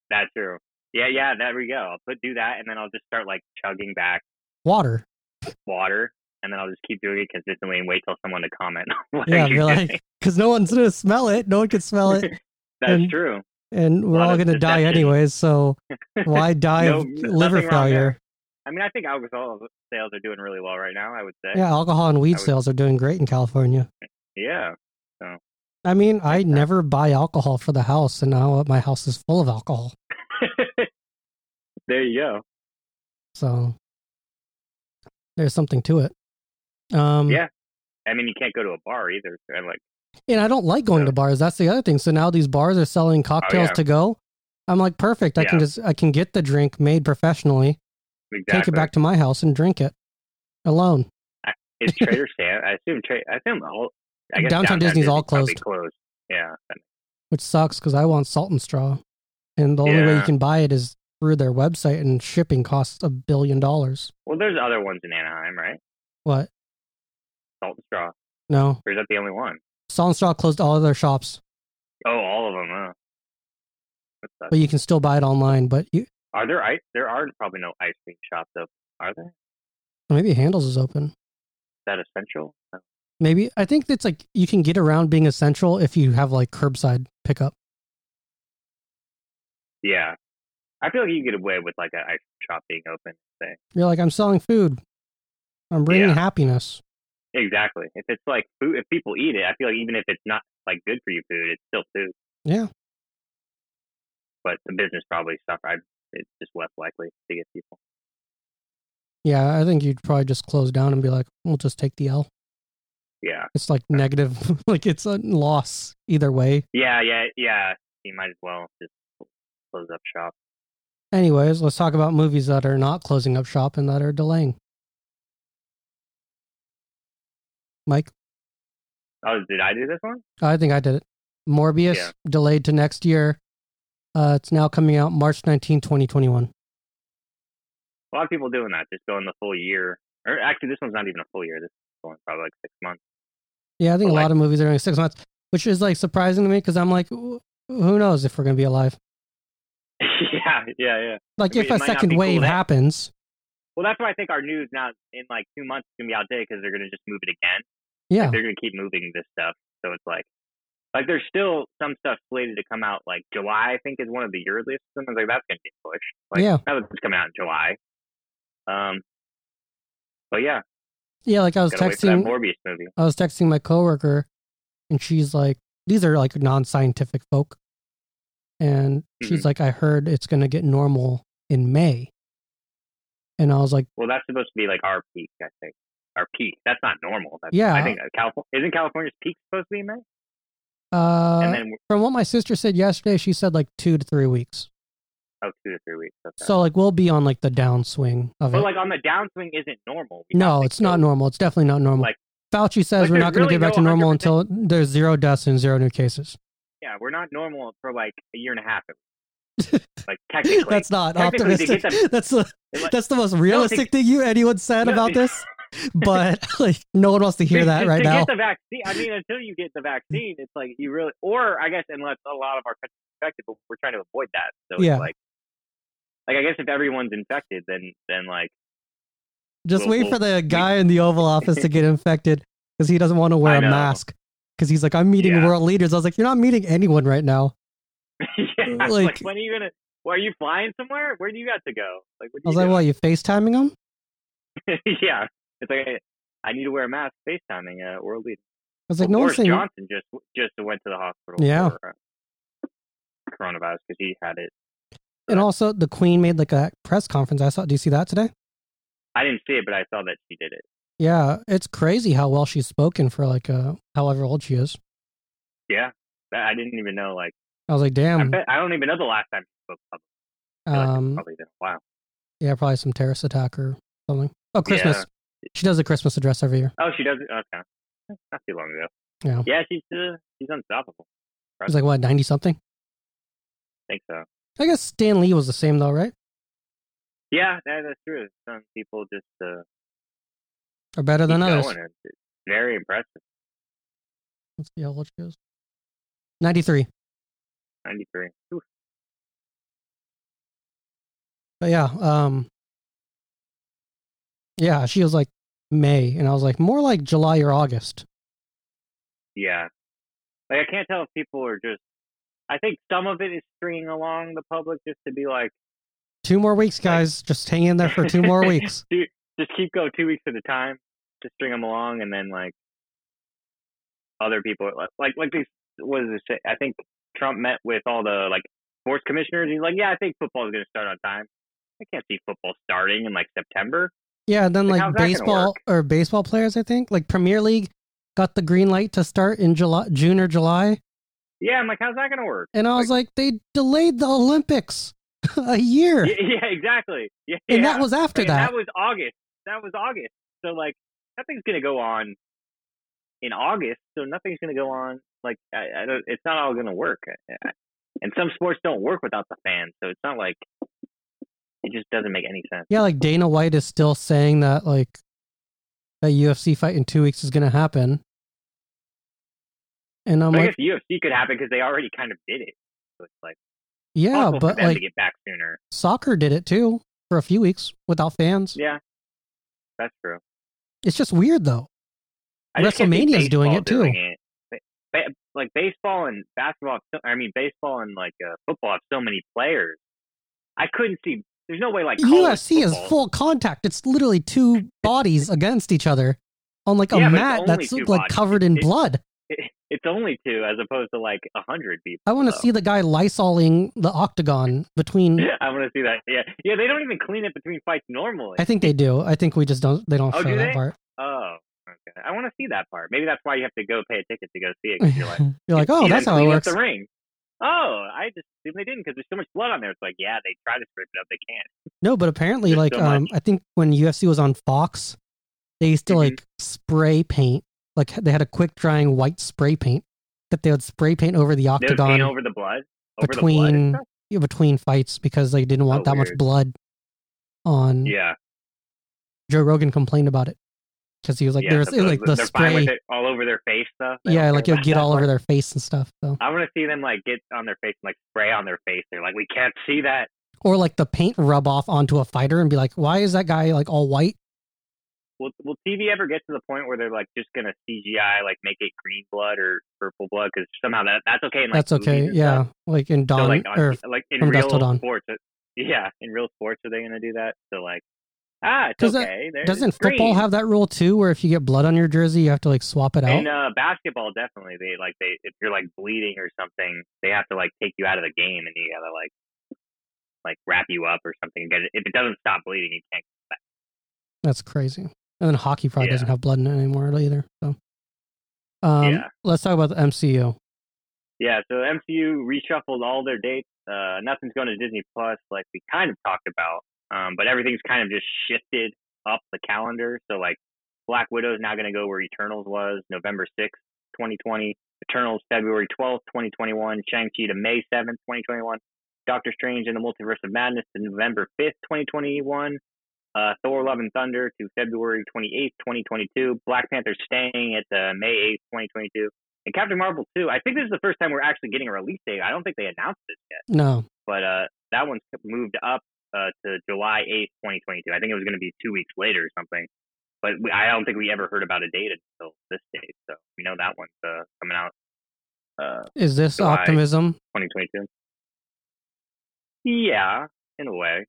Speaker 3: that's true. Yeah, yeah. There we go. I'll put do that, and then I'll just start like chugging back
Speaker 2: Water.
Speaker 3: water, and then I'll just keep doing it consistently and wait till someone to comment. on what
Speaker 2: Yeah,
Speaker 3: you're
Speaker 2: you're
Speaker 3: doing.
Speaker 2: like, because no one's gonna smell it. No one can smell it,
Speaker 3: that's
Speaker 2: and-
Speaker 3: true.
Speaker 2: and we're
Speaker 3: Lot
Speaker 2: all
Speaker 3: of
Speaker 2: gonna die
Speaker 3: deception.
Speaker 2: anyways. So why die
Speaker 3: No,
Speaker 2: of
Speaker 3: nothing
Speaker 2: liver
Speaker 3: wrong
Speaker 2: failure?
Speaker 3: I mean, I think alcohol sales are doing really well right now. I would say.
Speaker 2: Yeah, alcohol and weed
Speaker 3: I would-
Speaker 2: sales are doing great in California.
Speaker 3: Yeah.
Speaker 2: I mean, I
Speaker 3: Exactly.
Speaker 2: never buy alcohol for the house, and now my house is full of alcohol.
Speaker 3: there you go.
Speaker 2: So there's something to it. Um,
Speaker 3: Yeah. I mean, you can't go to a bar either. And like,
Speaker 2: And I don't like going to
Speaker 3: Yeah. Oh,
Speaker 2: bars. That's the other thing. So now these bars are selling cocktails
Speaker 3: yeah.
Speaker 2: to go. I'm like, perfect. I can
Speaker 3: Yeah.
Speaker 2: just I can get the drink made professionally,
Speaker 3: exactly.
Speaker 2: take it back to my house, and drink it. alone.
Speaker 3: Is Trader Sam? I assume. Tra- I assume all. I guess
Speaker 2: Downtown Disney's all
Speaker 3: probably
Speaker 2: closed.
Speaker 3: Closed. Yeah.
Speaker 2: which sucks because I want salt and straw, and the only way you
Speaker 3: Yeah.
Speaker 2: can buy it is through their website, and shipping costs a billion dollars.
Speaker 3: Well, there's other ones in Anaheim, right?
Speaker 2: What?
Speaker 3: Salt and Straw.
Speaker 2: No,
Speaker 3: Or is that the only one?
Speaker 2: salt and straw closed all of their shops,
Speaker 3: Oh, all of them. Huh? That sucks.
Speaker 2: but you can still buy it online. But you,
Speaker 3: Are there ice? There are probably no ice cream shops open. Are there? Is
Speaker 2: maybe Handles is open.
Speaker 3: that essential? Uh,
Speaker 2: Maybe I think it's like you can get around being essential if you have like curbside pickup.
Speaker 3: Yeah. I feel like you get away with like an ice cream shop being open. Say
Speaker 2: You're like, I'm selling food, I'm bringing
Speaker 3: Yeah.
Speaker 2: happiness.
Speaker 3: exactly. If it's like food, if people eat it, I feel like even if it's not like good for you food, it's still food.
Speaker 2: Yeah,
Speaker 3: But the business probably suffer. I, it's just less likely to get people.
Speaker 2: yeah. I think you'd probably just close down and be like, we'll just take the L.
Speaker 3: Yeah.
Speaker 2: It's like negative, like it's a loss either way.
Speaker 3: Yeah. Yeah. Yeah. You might as well just close up shop.
Speaker 2: Anyways, let's talk about movies that are not closing up shop and that are delaying. Mike,
Speaker 3: Oh, did I do this one?
Speaker 2: I think I did it. Morbius
Speaker 3: Yeah.
Speaker 2: delayed to next year. Uh, it's now coming out March 19, 2021.
Speaker 3: A lot of people doing that, just going the full year. Or actually, this one's not even a full year. This is going probably like six months.
Speaker 2: Yeah, I think a
Speaker 3: Well,
Speaker 2: lot of movies are doing six months, which is like surprising to me because I'm like, who who knows if we're going to be alive?
Speaker 3: yeah, yeah, yeah.
Speaker 2: Like,
Speaker 3: I
Speaker 2: if
Speaker 3: mean, it
Speaker 2: a
Speaker 3: might not
Speaker 2: second
Speaker 3: be cool
Speaker 2: wave
Speaker 3: now.
Speaker 2: happens,
Speaker 3: Well, that's why I think our news now in like two months is gonna be outdated because they're gonna just move it again.
Speaker 2: yeah,
Speaker 3: They're gonna keep moving this stuff, so it's like, like there's still some stuff slated to come out like July. I think is one of the earliest. ones. like that's gonna be pushed. Like,
Speaker 2: Yeah.
Speaker 3: now that it's coming out in July. Um, but yeah,
Speaker 2: yeah. Like I was
Speaker 3: gotta wait for that
Speaker 2: texting,
Speaker 3: Morbius movie.
Speaker 2: I was texting my coworker, and she's like, "These are like non-scientific folk," and she's
Speaker 3: Mm-hmm.
Speaker 2: like, "I heard it's going to get normal in May," and I was like,
Speaker 3: Well, that's supposed to be like our peak, I think. Our peak. That's not normal. That's,
Speaker 2: Yeah.
Speaker 3: I think California isn't California's peak supposed to be in May?
Speaker 2: "Uh."
Speaker 3: and then
Speaker 2: From what my sister said yesterday, she said like two to three weeks.
Speaker 3: oh, two to three weeks. Okay.
Speaker 2: So like we'll be on like the downswing of
Speaker 3: but
Speaker 2: it.
Speaker 3: like on the downswing isn't normal. We have
Speaker 2: no,
Speaker 3: to
Speaker 2: it's not
Speaker 3: go-
Speaker 2: normal. It's definitely not normal.
Speaker 3: Like-
Speaker 2: Fauci says
Speaker 3: Like,
Speaker 2: we're
Speaker 3: there's
Speaker 2: not going to
Speaker 3: really
Speaker 2: get back to
Speaker 3: no
Speaker 2: normal until there's zero deaths and zero new cases.
Speaker 3: Yeah, we're not normal for like a year and a half. like technically,
Speaker 2: that's not
Speaker 3: technically to
Speaker 2: optimistic.
Speaker 3: get them-
Speaker 2: that's the
Speaker 3: Like-
Speaker 2: that's the most realistic thing you anyone said
Speaker 3: No,
Speaker 2: about
Speaker 3: they-
Speaker 2: this. But like, no one wants to hear
Speaker 3: to-
Speaker 2: that
Speaker 3: to,
Speaker 2: right
Speaker 3: to
Speaker 2: now.
Speaker 3: Get the vaccine. I mean, until you get the vaccine, it's like you really, or I guess unless a lot of our country's infected, but we're trying to avoid that. So
Speaker 2: Yeah.
Speaker 3: it's like, like I guess if everyone's infected, then then like
Speaker 2: Just
Speaker 3: we'll-
Speaker 2: wait for the
Speaker 3: we-
Speaker 2: guy in the Oval Office to get infected because he doesn't want to wear
Speaker 3: I
Speaker 2: a
Speaker 3: know.
Speaker 2: mask. Because he's like, I'm meeting
Speaker 3: Yeah.
Speaker 2: world leaders. I was like, you're not meeting anyone right now.
Speaker 3: yeah,
Speaker 2: Like-
Speaker 3: like, when are you gonna? Well, are you flying somewhere? Where do you got to go? Like, what
Speaker 2: I was
Speaker 3: do
Speaker 2: like,
Speaker 3: you
Speaker 2: well, you FaceTiming him?
Speaker 3: do? yeah, it's like hey, I need to wear a mask. FaceTiming uh, world leader.
Speaker 2: I was like,
Speaker 3: Well,
Speaker 2: no one's
Speaker 3: Boris
Speaker 2: saying.
Speaker 3: Johnson just just went to the hospital.
Speaker 2: Yeah.
Speaker 3: For, uh, coronavirus because he had it.
Speaker 2: And also, the Queen made like a press conference. I saw. Do you see that today?
Speaker 3: I didn't see it, but I saw that she did it.
Speaker 2: Yeah, it's crazy how well she's spoken for like uh, however old she is.
Speaker 3: Yeah, that, I didn't even know. Like,
Speaker 2: I was like,
Speaker 3: I,
Speaker 2: damn.
Speaker 3: bet, I don't even know the last time she spoke publicly. I feel like oh. it's
Speaker 2: Um,
Speaker 3: probably been a while.
Speaker 2: Yeah, probably some terrorist attack or something. Oh, Christmas. She does a Christmas address every year.
Speaker 3: Oh, she does. it? Okay, not too long ago.
Speaker 2: Yeah.
Speaker 3: Yeah, she's uh, she's unstoppable.
Speaker 2: It's like what ninety something.
Speaker 3: I think so.
Speaker 2: I guess Stan Lee was the same though, right?
Speaker 3: Yeah, that, that's true. Some people just uh,
Speaker 2: Or better
Speaker 3: keep
Speaker 2: than others.
Speaker 3: going. It's it's very impressive.
Speaker 2: Let's see how old she is. Ninety three.
Speaker 3: Ninety three.
Speaker 2: But yeah, um, yeah, she was like May, and I was like more like July or August.
Speaker 3: Yeah. Like I can't tell if people are just. I think some of it is stringing along the public just to be like,
Speaker 2: Two more weeks, guys. Just hang in there for two more weeks.
Speaker 3: Dude, just keep going two weeks at a time, just string them along, and then like other people like like these. What is this? I think Trump met with all the like sports commissioners. He's like, yeah, I think football is going to start on time. I can't see football starting in like September.
Speaker 2: Yeah, and then like,
Speaker 3: Like, how's that gonna
Speaker 2: baseball
Speaker 3: work?
Speaker 2: or baseball players, I think like Premier League got the green light to start in July, June or July,
Speaker 3: Yeah, I'm like, how's that going to work?
Speaker 2: and I was like, they delayed the Olympics a year,
Speaker 3: Yeah, yeah, exactly. Yeah,
Speaker 2: and that was after
Speaker 3: Like,
Speaker 2: that.
Speaker 3: was August. That was August. So like nothing's gonna go on in August. So nothing's gonna go on. Like I, I don't, it's not all gonna work. I- I- And some sports don't work without the fans. So it's not like it just doesn't make any sense.
Speaker 2: Yeah, like Dana White is still saying that like that UFC fight in two weeks is going to happen, and I'm
Speaker 3: But I
Speaker 2: like,
Speaker 3: guess UFC could happen because they already kind of did it. So it's like
Speaker 2: yeah,
Speaker 3: possible for
Speaker 2: but
Speaker 3: them
Speaker 2: like
Speaker 3: to get back sooner.
Speaker 2: soccer did it too for a few weeks without fans.
Speaker 3: Yeah, that's true.
Speaker 2: It's just weird though.
Speaker 3: I just can't see
Speaker 2: WrestleMania's doing
Speaker 3: baseball
Speaker 2: it, too.
Speaker 3: it. Ba- ba- Like baseball and basketball, I mean baseball and like uh, football have so many players. I couldn't see. There's no way like college
Speaker 2: UFC is
Speaker 3: football-
Speaker 2: full contact. It's literally two bodies against each other on like a
Speaker 3: Yeah, but it's
Speaker 2: mat
Speaker 3: only
Speaker 2: that's
Speaker 3: two
Speaker 2: like
Speaker 3: bodies.
Speaker 2: covered in
Speaker 3: It-
Speaker 2: blood.
Speaker 3: It's only two as opposed to like a hundred people.
Speaker 2: I want to
Speaker 3: so.
Speaker 2: see the guy lysoling the octagon between.
Speaker 3: I want to see that. Yeah, yeah. They don't even clean it between fights normally.
Speaker 2: I think they do. I think we just don't. They don't
Speaker 3: Oh,
Speaker 2: show
Speaker 3: do
Speaker 2: that
Speaker 3: they?
Speaker 2: part.
Speaker 3: oh, okay. I want to see that part. Maybe that's why you have to go pay a ticket to go see it. 'cause
Speaker 2: You're
Speaker 3: You're like,
Speaker 2: like, oh,
Speaker 3: "See
Speaker 2: that's
Speaker 3: them
Speaker 2: how it
Speaker 3: clean up
Speaker 2: works.
Speaker 3: The ring. Oh, I just assumed they didn't because there's so much blood on there. It's like, yeah, they try to strip it up, they can't.
Speaker 2: No, but apparently,
Speaker 3: There's
Speaker 2: like,
Speaker 3: so
Speaker 2: um,
Speaker 3: much.
Speaker 2: I think when UFC was on Fox, they used to
Speaker 3: Mhm.
Speaker 2: like spray paint. Like they had a quick drying white spray paint that they would spray paint over the
Speaker 3: They would paint
Speaker 2: octagon
Speaker 3: over the blood, over the blood.
Speaker 2: between
Speaker 3: and stuff?
Speaker 2: yeah, between fights because they didn't want
Speaker 3: Oh,
Speaker 2: that much
Speaker 3: weird.
Speaker 2: blood on.
Speaker 3: Yeah,
Speaker 2: Joe Rogan complained about it because he was like,
Speaker 3: yeah,
Speaker 2: "There's
Speaker 3: so
Speaker 2: it, like the
Speaker 3: they're fine
Speaker 2: spray,
Speaker 3: with it all over their face stuff. They
Speaker 2: yeah,
Speaker 3: don't
Speaker 2: like
Speaker 3: care
Speaker 2: you'll
Speaker 3: about
Speaker 2: get
Speaker 3: that
Speaker 2: all
Speaker 3: part.
Speaker 2: over their face and stuff." So,
Speaker 3: I want to see them like get on their face and like spray on their face. They're like, we can't see that.
Speaker 2: or like the paint rub off onto a fighter and be like, "Why is that guy like all white?"
Speaker 3: Will Will TV ever get to the point where they're like just gonna CGI like make it green blood or purple blood because somehow that that's okay. In, like,
Speaker 2: That's
Speaker 3: movies
Speaker 2: okay,
Speaker 3: and
Speaker 2: yeah.
Speaker 3: stuff.
Speaker 2: Like in Dawn
Speaker 3: so like on,
Speaker 2: or
Speaker 3: like in
Speaker 2: from
Speaker 3: real
Speaker 2: Dust Till Dawn.
Speaker 3: sports, it- yeah, in real sports are they gonna do that? So like, ah, it's
Speaker 2: Does that-
Speaker 3: okay. There,
Speaker 2: Doesn't
Speaker 3: it's green.
Speaker 2: football have that rule too, where if you get blood on your jersey, you have to like swap it out?
Speaker 3: In uh, basketball, definitely they like they if you're like bleeding or something, they have to like take you out of the game and you gotta like like wrap you up or something. and Get it. If it doesn't stop bleeding, you can't.
Speaker 2: That's crazy. And then hockey probably
Speaker 3: Yeah.
Speaker 2: doesn't have blood in it anymore either. So, um,
Speaker 3: Yeah.
Speaker 2: let's talk about the MCU.
Speaker 3: Yeah, so MCU reshuffled all their dates. Uh, nothing's going to Disney Plus, like we kind of talked about. Um, but everything's kind of just shifted up the calendar. So like Black Widow's now going to go where Eternals was, November sixth, twenty twenty. Eternals February twelfth, twenty twenty one. Shang Chi to May seventh, twenty twenty one. Doctor Strange and the Multiverse of Madness to November fifth, twenty twenty one. Uh, Thor: Love and Thunder to February twenty eighth, twenty twenty two. Black Panther staying at uh, May eighth, twenty twenty two. And Captain Marvel too. I think this is the first time we're actually getting a release date. I don't think they announced this yet,
Speaker 2: No,
Speaker 3: but uh, that one's moved up uh, to July eighth, twenty twenty two. I think it was going to be two weeks later or something, but we, I don't think we ever heard about a date until this date. So we know that one's uh, coming out uh,
Speaker 2: is this
Speaker 3: July.
Speaker 2: optimism?
Speaker 3: twenty twenty two. Yeah, in a way,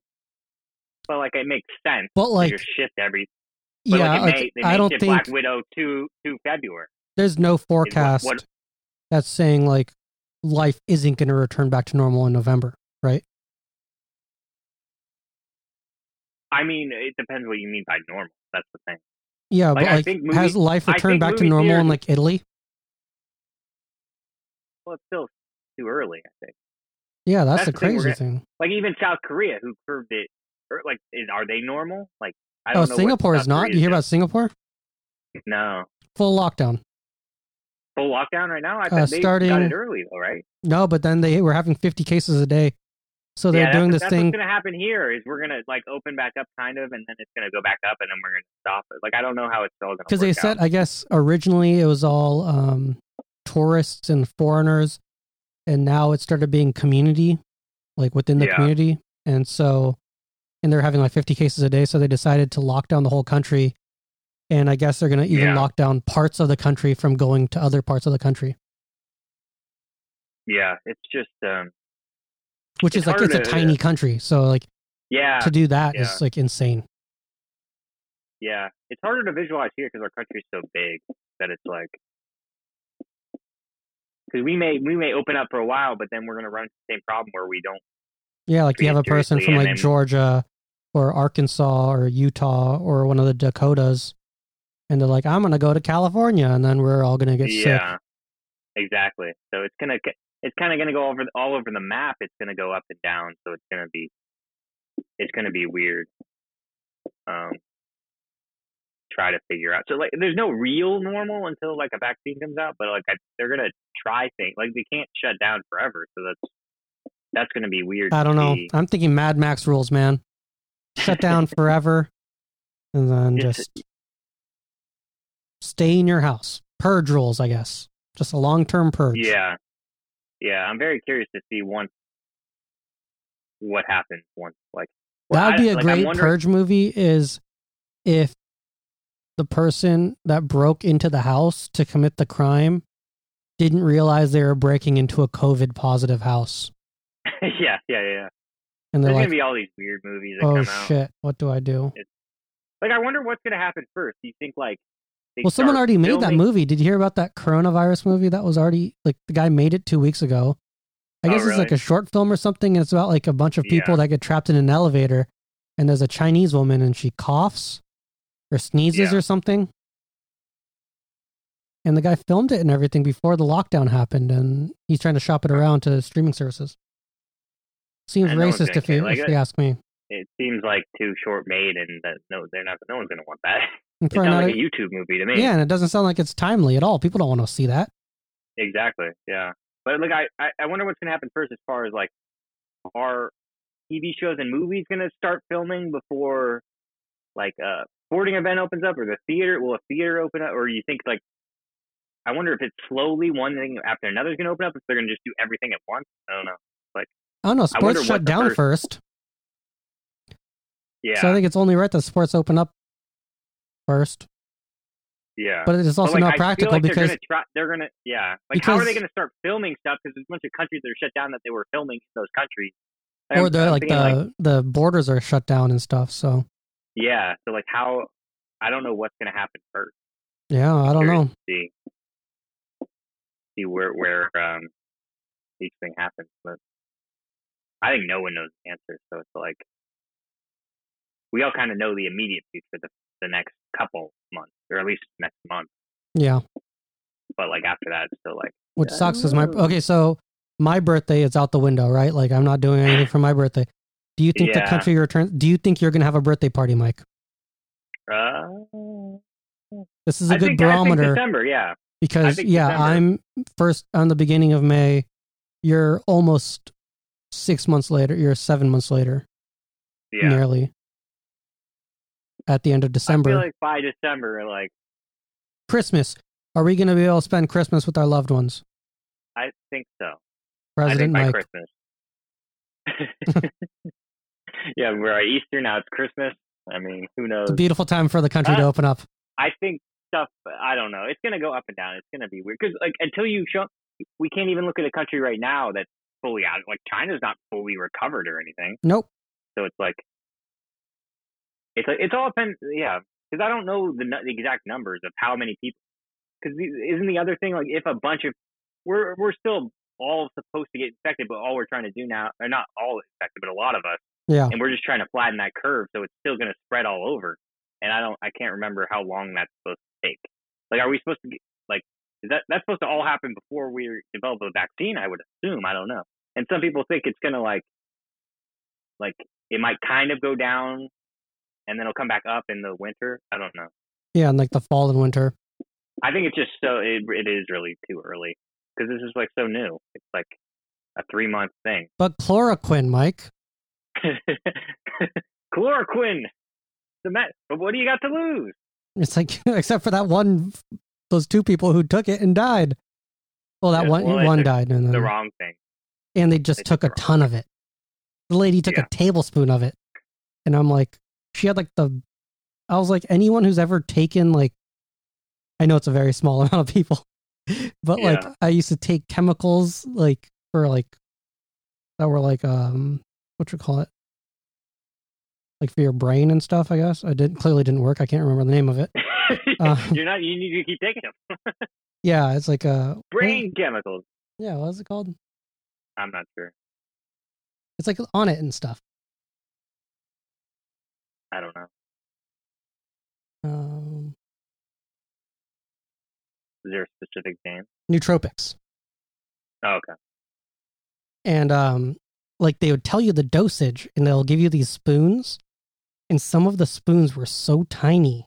Speaker 3: but like it makes sense.
Speaker 2: But
Speaker 3: Like,
Speaker 2: like,
Speaker 3: just shift every. But
Speaker 2: yeah,
Speaker 3: like, it may,
Speaker 2: like,
Speaker 3: they may
Speaker 2: I don't
Speaker 3: shift
Speaker 2: think
Speaker 3: Black Widow to to February.
Speaker 2: there's no forecast
Speaker 3: what-
Speaker 2: that's saying like life isn't going to return back to normal in November, right?
Speaker 3: I mean, it depends what you mean by normal. That's the thing.
Speaker 2: Yeah,
Speaker 3: Like, I
Speaker 2: but like,
Speaker 3: think movie-
Speaker 2: has life
Speaker 3: I
Speaker 2: returned
Speaker 3: think
Speaker 2: back to
Speaker 3: movie
Speaker 2: normal in
Speaker 3: theaters-
Speaker 2: like Italy?
Speaker 3: Well, it's still too early, I think.
Speaker 2: Yeah, that's,
Speaker 3: That's
Speaker 2: the
Speaker 3: the thing,
Speaker 2: crazy
Speaker 3: we're
Speaker 2: thing. Oh,
Speaker 3: Like even South Korea, who curved it, or, like is, are they normal? Like I
Speaker 2: Oh,
Speaker 3: don't know. what
Speaker 2: Singapore is
Speaker 3: South
Speaker 2: not.
Speaker 3: Korea
Speaker 2: You hear
Speaker 3: doing.
Speaker 2: about Singapore?
Speaker 3: no
Speaker 2: Full lockdown.
Speaker 3: full lockdown right now? I
Speaker 2: Uh,
Speaker 3: thought they got
Speaker 2: starting-
Speaker 3: it early though, right?
Speaker 2: No, but then they were having 50 cases a day. So they're
Speaker 3: yeah,
Speaker 2: doing this
Speaker 3: that's, that's
Speaker 2: thing.
Speaker 3: What's gonna happen here is we're gonna like open back up, kind of, and then it's gonna go back up, and then we're gonna stop it. Like I don't know how it's all gonna.
Speaker 2: because they
Speaker 3: work
Speaker 2: said
Speaker 3: out.
Speaker 2: i guess originally it was all um, tourists and foreigners and now it started being community like within the
Speaker 3: Yeah.
Speaker 2: community and so and they're having like 50 cases a day so they decided to lock down the whole country and i guess they're going to even
Speaker 3: Yeah.
Speaker 2: lock down parts of the country from going to other parts of the country
Speaker 3: yeah, it's just um,
Speaker 2: which
Speaker 3: It's
Speaker 2: is like it's a
Speaker 3: harder to-
Speaker 2: tiny country so like
Speaker 3: yeah,
Speaker 2: to do that is
Speaker 3: yeah.
Speaker 2: like insane
Speaker 3: yeah. It's harder to visualize here because our country's so big that it's like. Because we may we may open up for a while, but then we're gonna run into the same problem where we don't
Speaker 2: yeah like you
Speaker 3: Yeah,
Speaker 2: have a person
Speaker 3: seriously,
Speaker 2: from
Speaker 3: and
Speaker 2: like
Speaker 3: then-
Speaker 2: georgia or arkansas or utah or one of the dakotas and they're like i'm gonna go to california and then we're all gonna get sick
Speaker 3: yeah, exactly. So it's gonna it's kind of gonna go over all over the map. It's gonna go up and down. So it's gonna be it's gonna be weird. Um, try to figure out. So like, there's no real normal until like a vaccine comes out, but like I, they're gonna try things. Like they can't shut down forever, so that's that's gonna be weird.
Speaker 2: I
Speaker 3: to
Speaker 2: don't know.
Speaker 3: see.
Speaker 2: I'm thinking Mad Max rules, man. Shut down forever, and then
Speaker 3: Yes.
Speaker 2: just stay in your house. Purge rules, I guess. Just a long term purge.
Speaker 3: Yeah, yeah. I'm very curious to see once what happens once like well,
Speaker 2: that would
Speaker 3: I-
Speaker 2: be a
Speaker 3: like, I'm
Speaker 2: great
Speaker 3: wondering-
Speaker 2: purge movie. Is if the person that broke into the house to commit the crime didn't realize they were breaking into a COVID positive house,
Speaker 3: yeah, yeah, yeah.
Speaker 2: and they're
Speaker 3: There's
Speaker 2: like,
Speaker 3: gonna be all these weird movies that
Speaker 2: "Oh
Speaker 3: come out.
Speaker 2: shit, what do I do?"
Speaker 3: Like, I wonder what's gonna happen first. Do you think like? they
Speaker 2: Well, someone
Speaker 3: start
Speaker 2: already made that
Speaker 3: filming-
Speaker 2: movie. Did you hear about that coronavirus movie that was already like the guy made it two weeks ago? I
Speaker 3: Oh,
Speaker 2: guess it's like
Speaker 3: really?
Speaker 2: a short film or something, and it's about like a bunch of people
Speaker 3: Yeah.
Speaker 2: that get trapped in an elevator, and there's a Chinese woman, and she coughs or sneezes
Speaker 3: Yeah.
Speaker 2: or something. And the guy filmed it and everything before the lockdown happened, and he's trying to shop it around to streaming services. Seems
Speaker 3: Yeah, no one's
Speaker 2: racist
Speaker 3: gonna
Speaker 2: if you
Speaker 3: care. Like,
Speaker 2: if
Speaker 3: uh,
Speaker 2: you ask me.
Speaker 3: It seems like too short made, and that no, they're not. No one's gonna want that.
Speaker 2: And
Speaker 3: It
Speaker 2: probably
Speaker 3: sounds
Speaker 2: not
Speaker 3: like
Speaker 2: a-
Speaker 3: a YouTube movie to me.
Speaker 2: yeah, and it doesn't sound like it's timely at all. People don't want to see that.
Speaker 3: Exactly. Yeah. But like I, I- I wonder what's gonna happen first as far as like are TV shows and movies gonna start filming before like a sporting event opens up or the theater will a theater open up or you think like I wonder if it's slowly one thing after another is gonna open up if they're gonna just do everything at once. I don't know.
Speaker 2: Oh no,
Speaker 3: I wonder
Speaker 2: sports
Speaker 3: what
Speaker 2: shut
Speaker 3: the
Speaker 2: down
Speaker 3: first-
Speaker 2: first.
Speaker 3: Yeah.
Speaker 2: So I think it's only right that sports open up first,
Speaker 3: yeah.
Speaker 2: but it's also
Speaker 3: But, like,
Speaker 2: not
Speaker 3: I feel
Speaker 2: practical
Speaker 3: like
Speaker 2: because
Speaker 3: they're gonna, try, they're gonna yeah. Like how are they
Speaker 2: Because-
Speaker 3: gonna start filming stuff? Because there's a bunch of countries that are shut down that they were filming in those countries.
Speaker 2: or
Speaker 3: I'm-
Speaker 2: the
Speaker 3: I'm
Speaker 2: like
Speaker 3: thinking,
Speaker 2: the the borders are shut down and stuff. So
Speaker 3: Yeah. So like how I don't know what's gonna happen first.
Speaker 2: yeah, I don't know.
Speaker 3: Curious to See see where where um each thing happens. But I think no one knows the answer, so it's like we all kind of know the immediate future, the the next couple months, or at least next month.
Speaker 2: Yeah,
Speaker 3: But like after that, it's still like
Speaker 2: which
Speaker 3: I
Speaker 2: sucks
Speaker 3: don't
Speaker 2: is my
Speaker 3: know.
Speaker 2: okay. So my birthday is out the window, right? Like I'm not doing anything for my birthday. Do you think the
Speaker 3: Yeah.
Speaker 2: country returns? Do you think you're gonna have a birthday party, Mike?
Speaker 3: uh,
Speaker 2: This is a
Speaker 3: I
Speaker 2: good
Speaker 3: think, I think
Speaker 2: barometer
Speaker 3: December, yeah, I
Speaker 2: because
Speaker 3: think
Speaker 2: yeah,
Speaker 3: December.
Speaker 2: I'm first on the beginning of May. You're almost six months later. You're seven months later.
Speaker 3: yeah.
Speaker 2: nearly at the end of
Speaker 3: I
Speaker 2: December.
Speaker 3: feel like by December, like
Speaker 2: Christmas. Are we going to be able to spend Christmas with our loved ones?
Speaker 3: I think so.
Speaker 2: President
Speaker 3: I
Speaker 2: Mike.
Speaker 3: think by Christmas. yeah, we're at Easter now. It's Christmas. I mean, who knows?
Speaker 2: It's a beautiful time for the country to
Speaker 3: Ah.
Speaker 2: open up.
Speaker 3: I think stuff. I don't know. It's gonna go up and down. It's gonna be weird because like until you show, we can't even look at a country right now that's fully out. Like China's not fully recovered or anything.
Speaker 2: Nope.
Speaker 3: So it's like, it's like it's all depends. Yeah, because I don't know the, nu- the exact numbers of how many people. Because isn't the other thing like if a bunch of we're we're still all supposed to get infected, but all we're trying to do now, or not all infected, but a lot of us,
Speaker 2: Yeah.
Speaker 3: and we're just trying to flatten that curve, so it's still going to spread all over. And I don't, I can't remember how long that's supposed to take. Like, are we supposed to get like is that that's supposed to all happen before we develop a vaccine? I would assume. I don't know. And some people think it's going to like like it might kind of go down and then it'll come back up in the winter. I don't know.
Speaker 2: Yeah. And like the fall and winter.
Speaker 3: I think it's just so it, it is really too early because this is like so new. It's like a three month thing.
Speaker 2: But chloroquine, Mike.
Speaker 3: Chloroquine, the met. But what do you got to lose?
Speaker 2: It's like, except for that one, those two people who took it and died. Well, that
Speaker 3: Yeah,
Speaker 2: one,
Speaker 3: well, they
Speaker 2: one
Speaker 3: took
Speaker 2: died. And,
Speaker 3: The
Speaker 2: then,
Speaker 3: wrong thing.
Speaker 2: and they just
Speaker 3: they
Speaker 2: took
Speaker 3: took
Speaker 2: a
Speaker 3: the
Speaker 2: ton of it. The lady took
Speaker 3: Yeah.
Speaker 2: a tablespoon of it. And I'm like, she had like the, I was like, anyone who's ever taken like, I know it's a very small amount of people, but like
Speaker 3: Yeah.
Speaker 2: I used to take chemicals like for like that were like um what you call it like for your brain and stuff. I guess I did clearly didn't work. I can't remember the name of it. Uh,
Speaker 3: You're not. You need to keep taking them.
Speaker 2: Yeah, it's like a
Speaker 3: Brain chemicals.
Speaker 2: Yeah, what is it called?
Speaker 3: I'm not sure.
Speaker 2: It's like on it and stuff.
Speaker 3: I don't know.
Speaker 2: Um,
Speaker 3: Is there a specific name?
Speaker 2: nootropics.
Speaker 3: Oh, okay.
Speaker 2: and um like they would tell you the dosage and they'll give you these spoons and some of the spoons were so tiny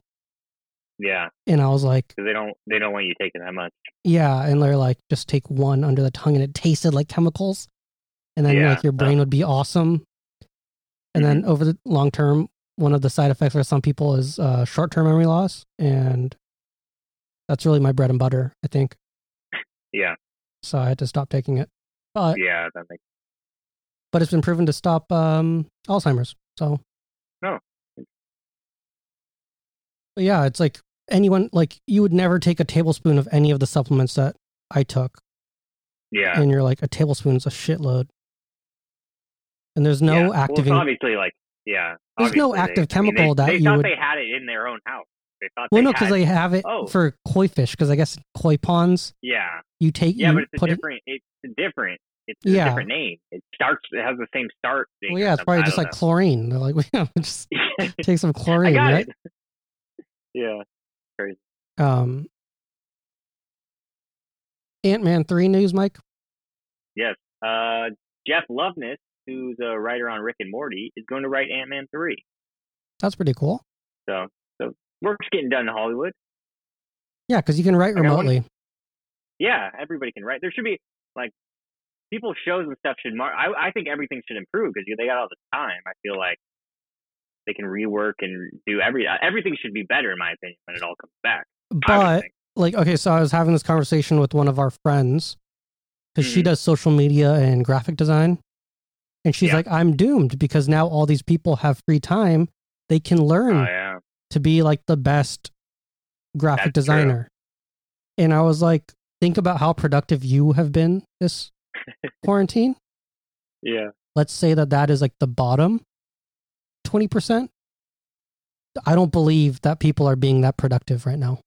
Speaker 3: Yeah,
Speaker 2: And I was like,
Speaker 3: because they don't they don't want you taking that much.
Speaker 2: yeah. And they're like, just take one under the tongue and it tasted like chemicals. And then
Speaker 3: Yeah. Mm-hmm.
Speaker 2: like your brain would be awesome. And then over the long term, one of the side effects for some people is uh, short term memory loss. And that's really my bread and butter, I think.
Speaker 3: Yeah.
Speaker 2: So I had to stop taking it. But
Speaker 3: Yeah, that makes
Speaker 2: but it's been proven to stop um, Alzheimer's. So
Speaker 3: Oh.
Speaker 2: But yeah, it's like anyone like you would never take a tablespoon of any of the supplements that I took,
Speaker 3: yeah.
Speaker 2: and you're like a tablespoon's a shitload, and there's no
Speaker 3: yeah. Well, it's
Speaker 2: active in-
Speaker 3: obviously, like yeah.
Speaker 2: There's no
Speaker 3: obviously
Speaker 2: active
Speaker 3: they- I mean,
Speaker 2: chemical
Speaker 3: they,
Speaker 2: that
Speaker 3: they
Speaker 2: you
Speaker 3: thought
Speaker 2: would-
Speaker 3: they had it in their own house. They thought
Speaker 2: well,
Speaker 3: they
Speaker 2: no,
Speaker 3: had
Speaker 2: because they have it
Speaker 3: Oh.
Speaker 2: for koi fish. Because I guess koi ponds,
Speaker 3: yeah.
Speaker 2: you take
Speaker 3: Yeah,
Speaker 2: you
Speaker 3: but it's a
Speaker 2: put it.
Speaker 3: different. It's a different. It's a
Speaker 2: Yeah.
Speaker 3: different name. It starts. It has the same start. thing
Speaker 2: Well,
Speaker 3: or
Speaker 2: yeah, it's probably just
Speaker 3: something.
Speaker 2: like chlorine. They're like, we just
Speaker 3: I don't know.
Speaker 2: take some
Speaker 3: I
Speaker 2: chlorine,
Speaker 3: got
Speaker 2: right?
Speaker 3: it. Yeah. Crazy.
Speaker 2: Um, Ant Man three news, Mike.
Speaker 3: Yes. Uh, Jeff Loveness, who's a writer on Rick and Morty, is going to write Ant Man three.
Speaker 2: That's pretty cool.
Speaker 3: So, so work's getting done in Hollywood.
Speaker 2: Yeah, because you can write
Speaker 3: I got one.
Speaker 2: remotely.
Speaker 3: Yeah, everybody can write. There should be like people shows and stuff should. Mar- I I think everything should improve because they got all the time. I feel like they can rework and do every uh, everything should be better in my opinion when it all comes back. I would
Speaker 2: But
Speaker 3: think.
Speaker 2: like, okay, so I was having this conversation with one of our friends because she
Speaker 3: Mhm.
Speaker 2: does social media and graphic design, and she's
Speaker 3: Yeah.
Speaker 2: like, "I'm doomed because now all these people have free time; they can learn
Speaker 3: oh yeah,
Speaker 2: to be like the best graphic
Speaker 3: That's true.
Speaker 2: designer." And I was like, "Think about how productive you have been this quarantine.
Speaker 3: yeah,
Speaker 2: Let's say that that is like the bottom twenty percent." I don't believe that people are being that productive right now.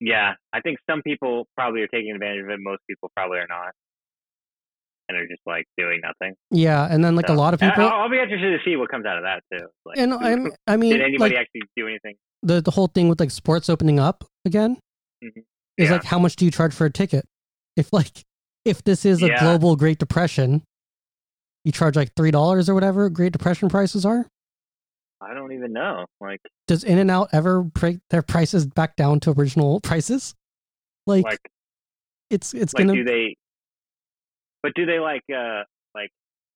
Speaker 3: yeah. I think some people probably are taking advantage of it. Most people probably are not, and they're just like doing nothing.
Speaker 2: Yeah, and then like a
Speaker 3: So-
Speaker 2: lot of
Speaker 3: I-
Speaker 2: people,
Speaker 3: I'll, I'll be interested to see what comes out of that too. Like,
Speaker 2: and
Speaker 3: who-
Speaker 2: I'm, I mean,
Speaker 3: did anybody
Speaker 2: like
Speaker 3: actually do anything?
Speaker 2: the the whole thing with like sports opening up again
Speaker 3: Mhm.
Speaker 2: is
Speaker 3: Yeah.
Speaker 2: like how much do you charge for a ticket? If like if this is a
Speaker 3: Yeah.
Speaker 2: global Great Depression, you charge like three dollars or whatever Great Depression prices are.
Speaker 3: I don't even know. Like,
Speaker 2: Does In and Out ever break their prices back down to original prices? Like,
Speaker 3: like
Speaker 2: it's it's
Speaker 3: like
Speaker 2: gonna
Speaker 3: do they but do they like uh like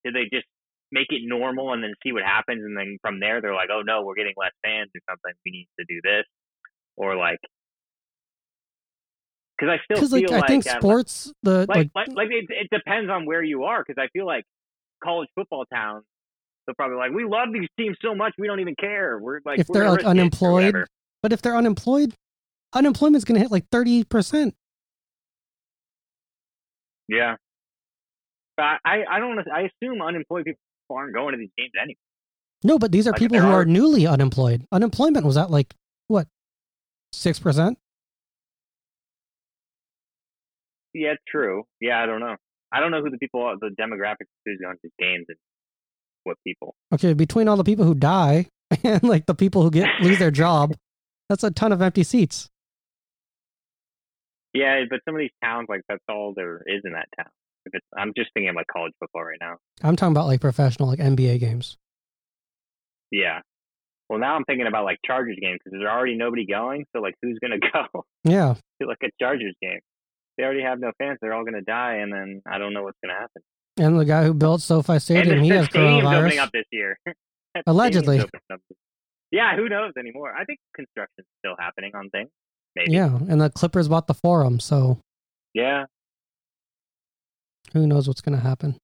Speaker 3: do they just make it normal and then see what happens and then from there they're like oh no we're getting less fans or something we need to do this or like because i still
Speaker 2: because like
Speaker 3: feel like,
Speaker 2: I think
Speaker 3: at, like-
Speaker 2: sports the
Speaker 3: like
Speaker 2: like,
Speaker 3: like, like it, it depends on where you are because i feel like college football town they're probably like we love these teams so much we don't even care we're like
Speaker 2: If
Speaker 3: we're
Speaker 2: they're,
Speaker 3: gonna
Speaker 2: like,
Speaker 3: risk it," or
Speaker 2: unemployed,
Speaker 3: whatever.
Speaker 2: but if they're unemployed, unemployment's gonna hit like thirty percent.
Speaker 3: yeah but i i don't i assume unemployed people aren't going to these games anyway
Speaker 2: No, but these are
Speaker 3: Like,
Speaker 2: people
Speaker 3: there
Speaker 2: who are,
Speaker 3: are-
Speaker 2: newly unemployed. Unemployment was at like what six percent.
Speaker 3: Yeah, true. Yeah, I don't know. I don't know who the people are, the demographics of who's going to games and what people.
Speaker 2: Okay, between all the people who die and like the people who get lose their job, that's a ton of empty seats.
Speaker 3: Yeah, but some of these towns, like that's all there is in that town. If it's, I'm just thinking of like college football right now.
Speaker 2: I'm talking about like professional, like NBA games.
Speaker 3: Yeah. Well, now I'm thinking about like Chargers games because there's already nobody going. So like, who's gonna go
Speaker 2: Yeah,
Speaker 3: to like a Chargers game? They already have no fans. They're all gonna die, and then I don't know what's gonna happen.
Speaker 2: and the guy who built SoFi
Speaker 3: and
Speaker 2: Stadium,
Speaker 3: the-
Speaker 2: he
Speaker 3: the
Speaker 2: has
Speaker 3: stadium's opening
Speaker 2: coronavirus.
Speaker 3: up this year. That stadium's
Speaker 2: Allegedly.
Speaker 3: opening up this- Yeah, who knows anymore? I think construction's still happening on things. Maybe.
Speaker 2: Yeah, and the Clippers bought the Forum, so
Speaker 3: Yeah.
Speaker 2: who knows what's gonna happen?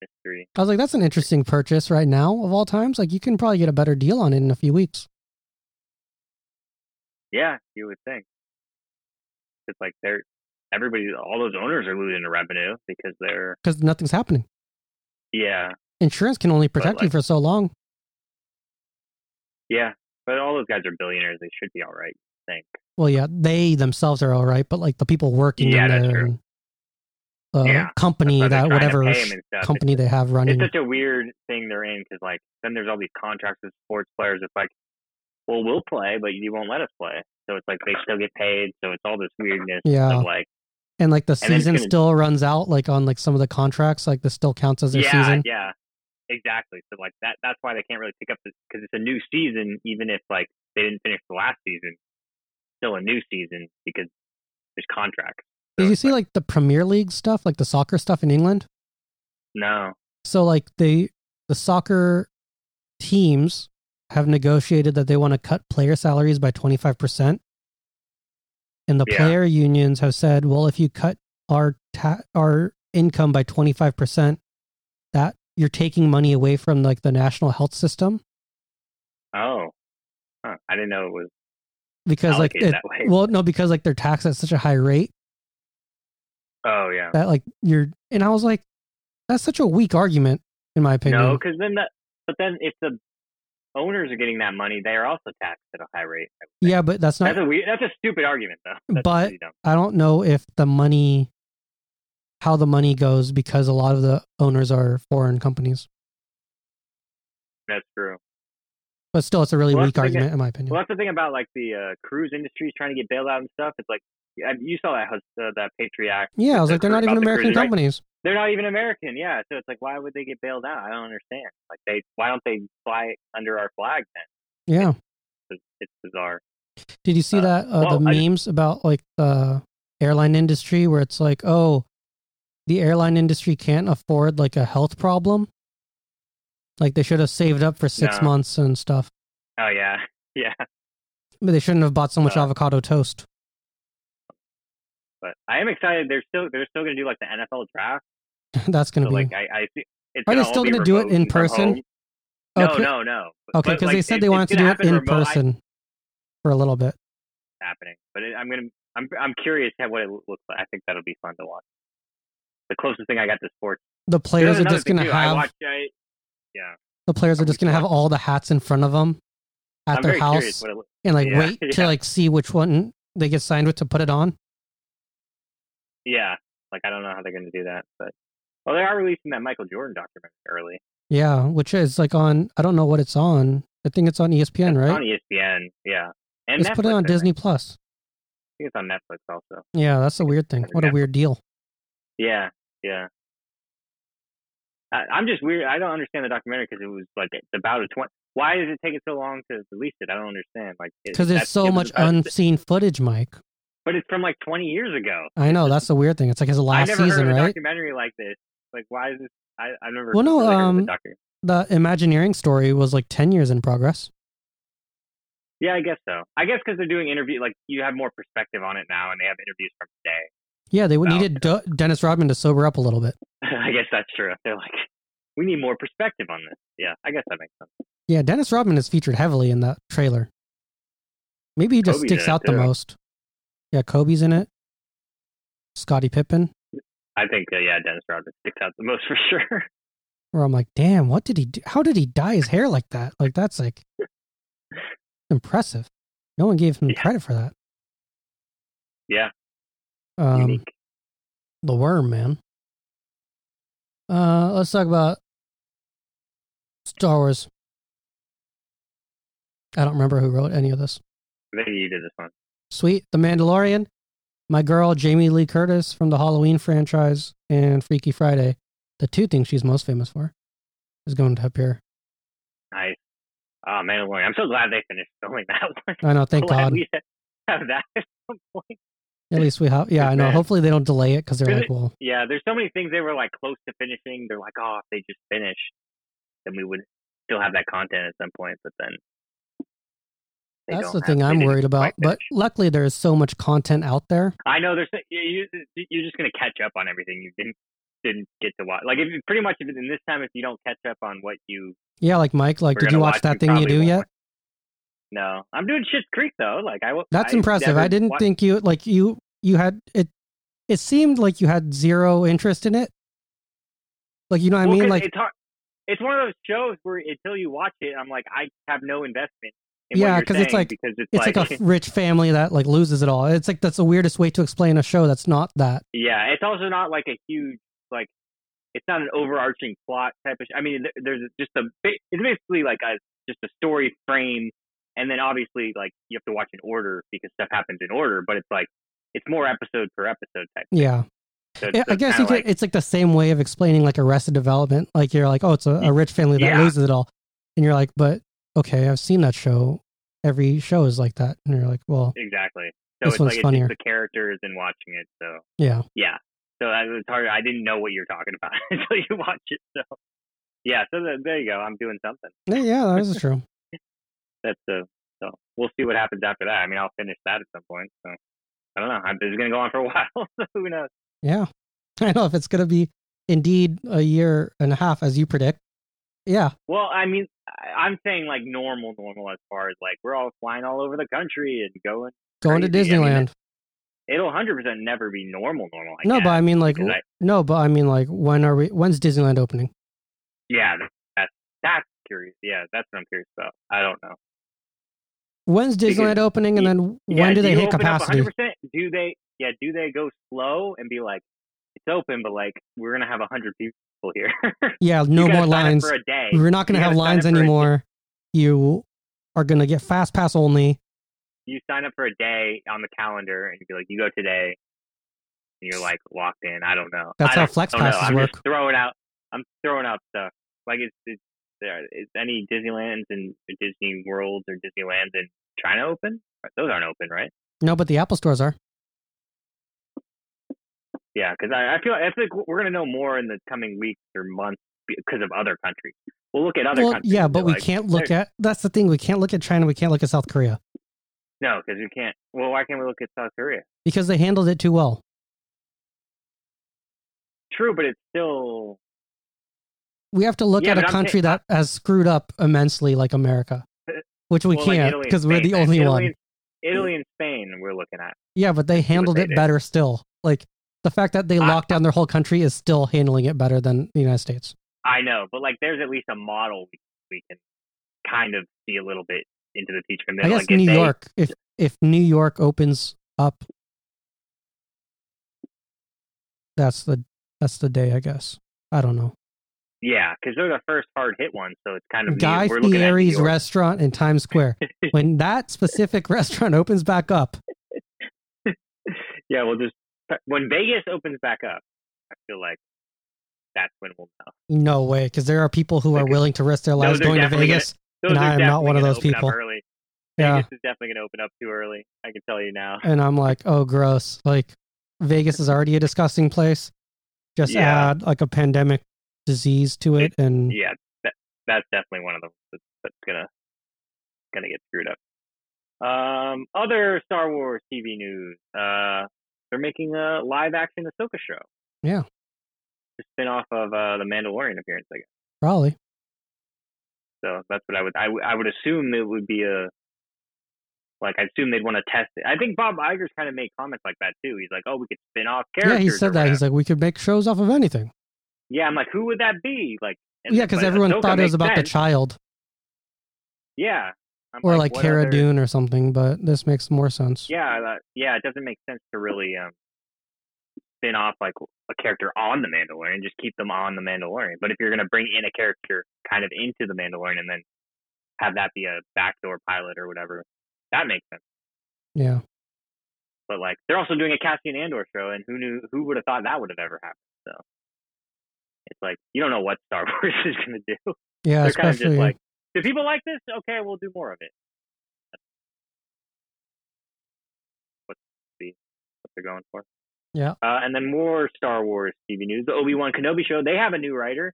Speaker 3: History.
Speaker 2: I was like, that's an interesting purchase right now of all times. Like, you can probably get a better deal on it in a few weeks.
Speaker 3: Yeah, you would think. It's like they're everybody, all those owners are losing the revenue because they're
Speaker 2: because nothing's happening.
Speaker 3: yeah,
Speaker 2: Insurance can only protect you
Speaker 3: like-
Speaker 2: for so long.
Speaker 3: yeah. But all those guys are billionaires; they should be all right. I think.
Speaker 2: Well, yeah, they themselves are all right, but like the people working
Speaker 3: Yeah,
Speaker 2: in
Speaker 3: that's
Speaker 2: their
Speaker 3: true.
Speaker 2: uh,
Speaker 3: Yeah,
Speaker 2: company,
Speaker 3: But they're
Speaker 2: that
Speaker 3: trying to
Speaker 2: whatever
Speaker 3: pay 'em and stuff.
Speaker 2: company they have
Speaker 3: It's,
Speaker 2: running.
Speaker 3: it's such a weird thing they're in because like then there's all these contracts with sports players. It's like, well, we'll play, but you won't let us play. So it's like they still get paid. So it's all this weirdness
Speaker 2: Yeah.
Speaker 3: of like,
Speaker 2: and like the
Speaker 3: then it's
Speaker 2: season
Speaker 3: gonna-
Speaker 2: still runs out, like on like some of the contracts, like this still counts as their
Speaker 3: yeah,
Speaker 2: season.
Speaker 3: yeah, exactly. So like that that's why they can't really pick up because it's a new season. Even if like they didn't finish the last season, still a new season because there's contracts.
Speaker 2: Did
Speaker 3: So
Speaker 2: you
Speaker 3: it's
Speaker 2: see like the Premier League stuff, like the soccer stuff in England?
Speaker 3: no?
Speaker 2: So like they the soccer teams have negotiated that they want to cut player salaries by 25%. And the
Speaker 3: Yeah.
Speaker 2: player unions have said, "Well, if you cut our ta- our income by 25%, that you're taking money away from like the national health system
Speaker 3: Oh, huh. I didn't know it was
Speaker 2: because like
Speaker 3: allocated
Speaker 2: it,
Speaker 3: that way.
Speaker 2: well, no because like they're taxed at such a high rate
Speaker 3: oh yeah.
Speaker 2: that like you're and I was like that's such a weak argument in my opinion.
Speaker 3: No, because then that. But then if the owners are getting that money, they are also taxed at a high rate.
Speaker 2: yeah, but that's not
Speaker 3: That's a weird. That's a stupid argument, though. That's
Speaker 2: But-
Speaker 3: pretty dumb.
Speaker 2: I don't know if the money, how the money goes, because a lot of the owners are foreign companies.
Speaker 3: that's true.
Speaker 2: But still, it's a really
Speaker 3: Well,
Speaker 2: weak
Speaker 3: that's the thing
Speaker 2: argument, in my opinion.
Speaker 3: Well, that's the thing about like the uh, cruise industry is trying to get bailed out and stuff. It's like yeah, you saw that hus- uh, that Patriot Act.
Speaker 2: yeah, I was
Speaker 3: the
Speaker 2: like, they're not
Speaker 3: cruise-
Speaker 2: even
Speaker 3: about the
Speaker 2: American
Speaker 3: cruise, right?
Speaker 2: companies.
Speaker 3: They're not even American, yeah. So it's like, why would they get bailed out? I don't understand. Like they, why don't they fly under our flag then?
Speaker 2: Yeah.
Speaker 3: It's, it's bizarre.
Speaker 2: Did you see
Speaker 3: Uh,
Speaker 2: that uh, the
Speaker 3: well, I-
Speaker 2: memes about like the airline industry where it's like, oh, the airline industry can't afford like a health problem? Like they should have saved up for six
Speaker 3: No.
Speaker 2: months and stuff,
Speaker 3: Oh yeah, yeah.
Speaker 2: but they shouldn't have bought so much
Speaker 3: Uh,
Speaker 2: avocado toast.
Speaker 3: But I am excited. They're still they're still gonna do like the NFL draft.
Speaker 2: that's gonna
Speaker 3: So
Speaker 2: be
Speaker 3: like I, I see. It's
Speaker 2: Are they
Speaker 3: gonna all
Speaker 2: still
Speaker 3: be
Speaker 2: gonna do it
Speaker 3: remote
Speaker 2: in
Speaker 3: and from
Speaker 2: person?
Speaker 3: home. No,
Speaker 2: Okay.
Speaker 3: no, no. But-
Speaker 2: okay
Speaker 3: but,
Speaker 2: because they
Speaker 3: like,
Speaker 2: said
Speaker 3: it-
Speaker 2: they
Speaker 3: it's
Speaker 2: wanted to
Speaker 3: gonna
Speaker 2: do it
Speaker 3: happen
Speaker 2: in
Speaker 3: remote. I-
Speaker 2: person for a little bit.
Speaker 3: happening. But it, I'm gonna, I'm, I'm curious how what it lo- looks like. I think that'll be fun to watch. The closest thing I got to sports.
Speaker 2: the players
Speaker 3: There's
Speaker 2: are
Speaker 3: another
Speaker 2: just
Speaker 3: thing,
Speaker 2: gonna
Speaker 3: too. I
Speaker 2: have
Speaker 3: watched, I, yeah,
Speaker 2: the players are
Speaker 3: I'm
Speaker 2: just gonna have
Speaker 3: watching.
Speaker 2: all the hats in front of them at
Speaker 3: I'm
Speaker 2: their
Speaker 3: very
Speaker 2: house
Speaker 3: curious what it looks.
Speaker 2: and like
Speaker 3: yeah,
Speaker 2: wait to
Speaker 3: yeah.
Speaker 2: like see which one they get signed with to put it on.
Speaker 3: Yeah, like I don't know how they're gonna do that, but well, they are releasing that Michael Jordan documentary early.
Speaker 2: Yeah, which is like on I don't know what it's on. I think it's on E ESPN,
Speaker 3: It's
Speaker 2: right?
Speaker 3: on E ESPN. Yeah, and
Speaker 2: Let's
Speaker 3: Netflix,
Speaker 2: put it
Speaker 3: I
Speaker 2: on
Speaker 3: think.
Speaker 2: Disney Plus.
Speaker 3: I think it's on Netflix also.
Speaker 2: Yeah, that's a weird thing.
Speaker 3: on
Speaker 2: What a
Speaker 3: Netflix.
Speaker 2: weird deal.
Speaker 3: Yeah, yeah. I, I'm just weird. I don't understand the documentary because it was like it's about a twenty. Why is it taking so long to release it? I don't understand. Like it-
Speaker 2: Because there's
Speaker 3: that's- uh, it
Speaker 2: so
Speaker 3: was
Speaker 2: much
Speaker 3: about-
Speaker 2: unseen footage, Mike.
Speaker 3: But it's from like 20 years ago.
Speaker 2: I know that's the weird thing. It's like his
Speaker 3: I
Speaker 2: last
Speaker 3: never
Speaker 2: season,
Speaker 3: heard of a
Speaker 2: right?
Speaker 3: documentary like this. Like, why is this? I, I've never.
Speaker 2: Well, no,
Speaker 3: really heard of a
Speaker 2: um,
Speaker 3: docu-
Speaker 2: The Imagineering story was like ten years in progress.
Speaker 3: yeah, I guess so. I guess because they're doing interview, like you have more perspective on it now, and they have interviews from today.
Speaker 2: Yeah, they
Speaker 3: Wow.
Speaker 2: needed De- Dennis Rodman to sober up a little bit.
Speaker 3: I guess that's true. They're like, we need more perspective on this. Yeah, I guess that makes sense.
Speaker 2: Yeah, Dennis Rodman is featured heavily in that trailer. Maybe he just
Speaker 3: Kobe's
Speaker 2: sticks
Speaker 3: in it,
Speaker 2: out the
Speaker 3: too.
Speaker 2: most. Yeah, Kobe's in it. Scottie Pippen,
Speaker 3: I think, uh, yeah, Dennis Rodman sticks out the most for sure.
Speaker 2: where I'm like, damn, what did he do? How did he dye his hair like that? Like that's like impressive. No one gave him
Speaker 3: Yeah.
Speaker 2: credit for that.
Speaker 3: Yeah.
Speaker 2: Um,
Speaker 3: Unique.
Speaker 2: the worm, man. Uh, let's talk about Star Wars. I don't remember who wrote any of this.
Speaker 3: I think you did this one.
Speaker 2: Sweet. The Mandalorian. My girl, Jamie Lee Curtis from the Halloween franchise and Freaky Friday. The two things she's most famous for is going to appear.
Speaker 3: Nice. Oh, Mandalorian. I'm so glad they finished filming that one.
Speaker 2: I know. Thank
Speaker 3: glad
Speaker 2: God.
Speaker 3: we have that at some point.
Speaker 2: At least we have. Yeah, I know.
Speaker 3: Man.
Speaker 2: Hopefully they don't delay it because they're
Speaker 3: Really?
Speaker 2: like, well,
Speaker 3: Yeah, there's so many things they were like close to finishing. They're like, oh, if they just finish, then we would still have that content at some point. But then they
Speaker 2: that's
Speaker 3: don't
Speaker 2: the
Speaker 3: have-
Speaker 2: thing
Speaker 3: they
Speaker 2: I'm
Speaker 3: didn't
Speaker 2: worried about.
Speaker 3: quite
Speaker 2: But
Speaker 3: finish.
Speaker 2: luckily there is so much content out there.
Speaker 3: I know there's you, you- you're just gonna catch up on everything you didn't didn't get to watch. Like if you- pretty much if in this time, if you don't catch up on what you
Speaker 2: Yeah, like Mike, like,
Speaker 3: were
Speaker 2: did
Speaker 3: gonna
Speaker 2: you watch that thing you
Speaker 3: probably
Speaker 2: do
Speaker 3: won't
Speaker 2: yet?
Speaker 3: watch. No, I'm doing Shit Creek though. Like I w-
Speaker 2: That's
Speaker 3: I
Speaker 2: impressive.
Speaker 3: never
Speaker 2: I didn't
Speaker 3: wa-
Speaker 2: think you, like, you, you had it, it seemed like you had zero interest in it. Like, you know what I
Speaker 3: Well,
Speaker 2: mean?
Speaker 3: 'cause
Speaker 2: Like,
Speaker 3: it's hard. It's one of those shows where until you watch it, I'm like, I have no investment. In
Speaker 2: Yeah,
Speaker 3: because
Speaker 2: 'cause it's like-
Speaker 3: because it's,
Speaker 2: it's like, a rich family that like loses it all. It's like that's the weirdest way to explain a show that's not that.
Speaker 3: Yeah, it's also not like a huge like it's not an overarching plot type of. Sh- I mean, th- there's just a bit. It's basically like a just a story frame, and then obviously like you have to watch in order because stuff happens in order. But it's like it's more episode per episode type.
Speaker 2: Yeah.
Speaker 3: So it's-
Speaker 2: Yeah, I
Speaker 3: it's
Speaker 2: guess
Speaker 3: kinda
Speaker 2: you could,
Speaker 3: like-
Speaker 2: it's like the same way of explaining like Arrested Development. Like you're like, oh, it's a, a rich family that
Speaker 3: Yeah.
Speaker 2: loses it all, and you're like, but okay, I've seen that show. Every show is like that, and you're like, well,
Speaker 3: exactly. So
Speaker 2: This
Speaker 3: it's
Speaker 2: one's
Speaker 3: like
Speaker 2: funnier.
Speaker 3: it's just the characters and watching it. So
Speaker 2: yeah,
Speaker 3: yeah. So that was hard. I didn't know what you were talking about until you watch it. So yeah. So th- there you go. I'm doing something.
Speaker 2: yeah, yeah, that is true.
Speaker 3: That's the so we'll see what happens after that. I mean, I'll finish that at some point. So I don't know. I'm, this is gonna go on for a while. So who knows?
Speaker 2: Yeah, I know if it's gonna be indeed a year and a half as you predict. Yeah,
Speaker 3: Well, I mean, I- I'm saying like normal, normal as far as like we're all flying all over the country and going.
Speaker 2: going to
Speaker 3: Crazy. I mean,
Speaker 2: Disneyland.
Speaker 3: It'll 100 percent never be normal, normal. Like
Speaker 2: no,
Speaker 3: that.
Speaker 2: but I mean like
Speaker 3: because I-
Speaker 2: no, but I mean like when are we? When's Disneyland opening?
Speaker 3: yeah, that's that's curious. Yeah, that's what I'm curious about. I don't know.
Speaker 2: When's
Speaker 3: Because-
Speaker 2: Disneyland opening, and then
Speaker 3: Yeah,
Speaker 2: when do they
Speaker 3: you
Speaker 2: hit
Speaker 3: open up
Speaker 2: capacity?
Speaker 3: 100%? Do they? Yeah, do they go slow and be like, it's open, but like we're gonna have 100 people here.
Speaker 2: Yeah, no
Speaker 3: You
Speaker 2: more
Speaker 3: gotta sign up
Speaker 2: lines.
Speaker 3: for a day.
Speaker 2: We're not going
Speaker 3: You
Speaker 2: to have
Speaker 3: gotta sign
Speaker 2: lines
Speaker 3: up for a-
Speaker 2: anymore. You are going to get fast pass only.
Speaker 3: you sign up for a day on the calendar and you be like, you go today, and you're like locked in. I don't know.
Speaker 2: That's
Speaker 3: I
Speaker 2: how
Speaker 3: don't-
Speaker 2: flex
Speaker 3: don't know.
Speaker 2: passes
Speaker 3: I'm just
Speaker 2: work.
Speaker 3: throwing out. I'm throwing out stuff. Like it's it's there. Is any Disneylands and Disney Worlds or Disneylands in China open? Those aren't open, right?
Speaker 2: No, but the Apple stores are.
Speaker 3: Yeah, because I, I feel I think we're gonna know more in the coming weeks or months because of other countries. We'll look at other
Speaker 2: Well,
Speaker 3: countries.
Speaker 2: yeah,
Speaker 3: and be
Speaker 2: but we
Speaker 3: like,
Speaker 2: can't look at. That's the thing. We can't look at China. We can't look at South Korea
Speaker 3: No, because we can't. Well, why can't we look at South Korea?
Speaker 2: because they handled it too well.
Speaker 3: True, but it's still
Speaker 2: We have to look
Speaker 3: Yeah,
Speaker 2: at a
Speaker 3: but I'm
Speaker 2: country
Speaker 3: ta-
Speaker 2: that has screwed up immensely, like America, which we
Speaker 3: well, like
Speaker 2: can't
Speaker 3: Italy and
Speaker 2: because we're
Speaker 3: Spain.
Speaker 2: the only
Speaker 3: Italy
Speaker 2: one.
Speaker 3: and- Italy and Spain, we're looking at.
Speaker 2: Yeah, but they handled
Speaker 3: they
Speaker 2: it
Speaker 3: did.
Speaker 2: better still. Like the fact that they
Speaker 3: I-
Speaker 2: locked down their whole country is still handling it better than the United States.
Speaker 3: I know, but like, there's at least a model we, we can kind of see a little bit into the future. And
Speaker 2: I
Speaker 3: then,
Speaker 2: guess
Speaker 3: like, if
Speaker 2: New
Speaker 3: they-
Speaker 2: York. If if New York opens up, that's the that's the day. I guess I don't know.
Speaker 3: yeah, because they're the first hard hit ones, so it's kind of
Speaker 2: Guy
Speaker 3: we're looking at New
Speaker 2: Fieri's
Speaker 3: York.
Speaker 2: restaurant in Times Square. when that specific restaurant opens back up,
Speaker 3: Yeah, we'll just when Vegas opens back up, I feel like that's when we'll know.
Speaker 2: no way, because there are people who are
Speaker 3: Like,
Speaker 2: willing to risk their lives
Speaker 3: they're
Speaker 2: going to
Speaker 3: definitely
Speaker 2: Vegas.
Speaker 3: Those
Speaker 2: And
Speaker 3: are
Speaker 2: I am not
Speaker 3: definitely
Speaker 2: one of
Speaker 3: gonna
Speaker 2: those
Speaker 3: open up
Speaker 2: people.
Speaker 3: Early.
Speaker 2: Yeah,
Speaker 3: Vegas is definitely going to open up too early. I can tell you now.
Speaker 2: and I'm like, oh, gross. Like Vegas is already a disgusting place. Just
Speaker 3: Yeah.
Speaker 2: add like a pandemic disease to it, and
Speaker 3: Yeah, that, that's definitely one of them that's, that's gonna gonna get screwed up. Um, other Star Wars TV news. Uh, they're making a live action Ahsoka show.
Speaker 2: Yeah.
Speaker 3: a spin off of uh, the Mandalorian appearance, I guess.
Speaker 2: probably
Speaker 3: So that's what I would I, would- I would assume it would be a like I assume they'd want to test it. I think Bob Iger's kind of made comments like that too. He's like, "Oh, we could spin off
Speaker 2: yeah.
Speaker 3: characters."
Speaker 2: He
Speaker 3: or
Speaker 2: said that.
Speaker 3: whatever.
Speaker 2: He's like, we could make shows off of anything.
Speaker 3: yeah, I'm like, who would that be? Like, and-
Speaker 2: Yeah, because
Speaker 3: but
Speaker 2: everyone
Speaker 3: Ahsoka
Speaker 2: thought it was
Speaker 3: makes
Speaker 2: about the
Speaker 3: sense.
Speaker 2: child
Speaker 3: yeah, I'm
Speaker 2: or like,
Speaker 3: what
Speaker 2: Cara
Speaker 3: other-
Speaker 2: Dune or something, but this makes more sense.
Speaker 3: Yeah, I thought- yeah, it doesn't make sense to really um spin off like a character on the Mandalorian, just keep them on the Mandalorian. But if you're gonna bring in a character kind of into the Mandalorian and then have that be a backdoor pilot or whatever, that makes sense.
Speaker 2: Yeah.
Speaker 3: But like they're also doing a Cassian Andor show, and who knew? Who would have thought that would have ever happened? So it's like you don't know what Star Wars is gonna do.
Speaker 2: Yeah.
Speaker 3: they're kind of
Speaker 2: especially.
Speaker 3: just like, do people like this? Okay, we'll do more of it. What's the what they're going for?
Speaker 2: Yeah.
Speaker 3: Uh, and then more Star Wars TV news. The Obi Wan Kenobi show. They have a new writer,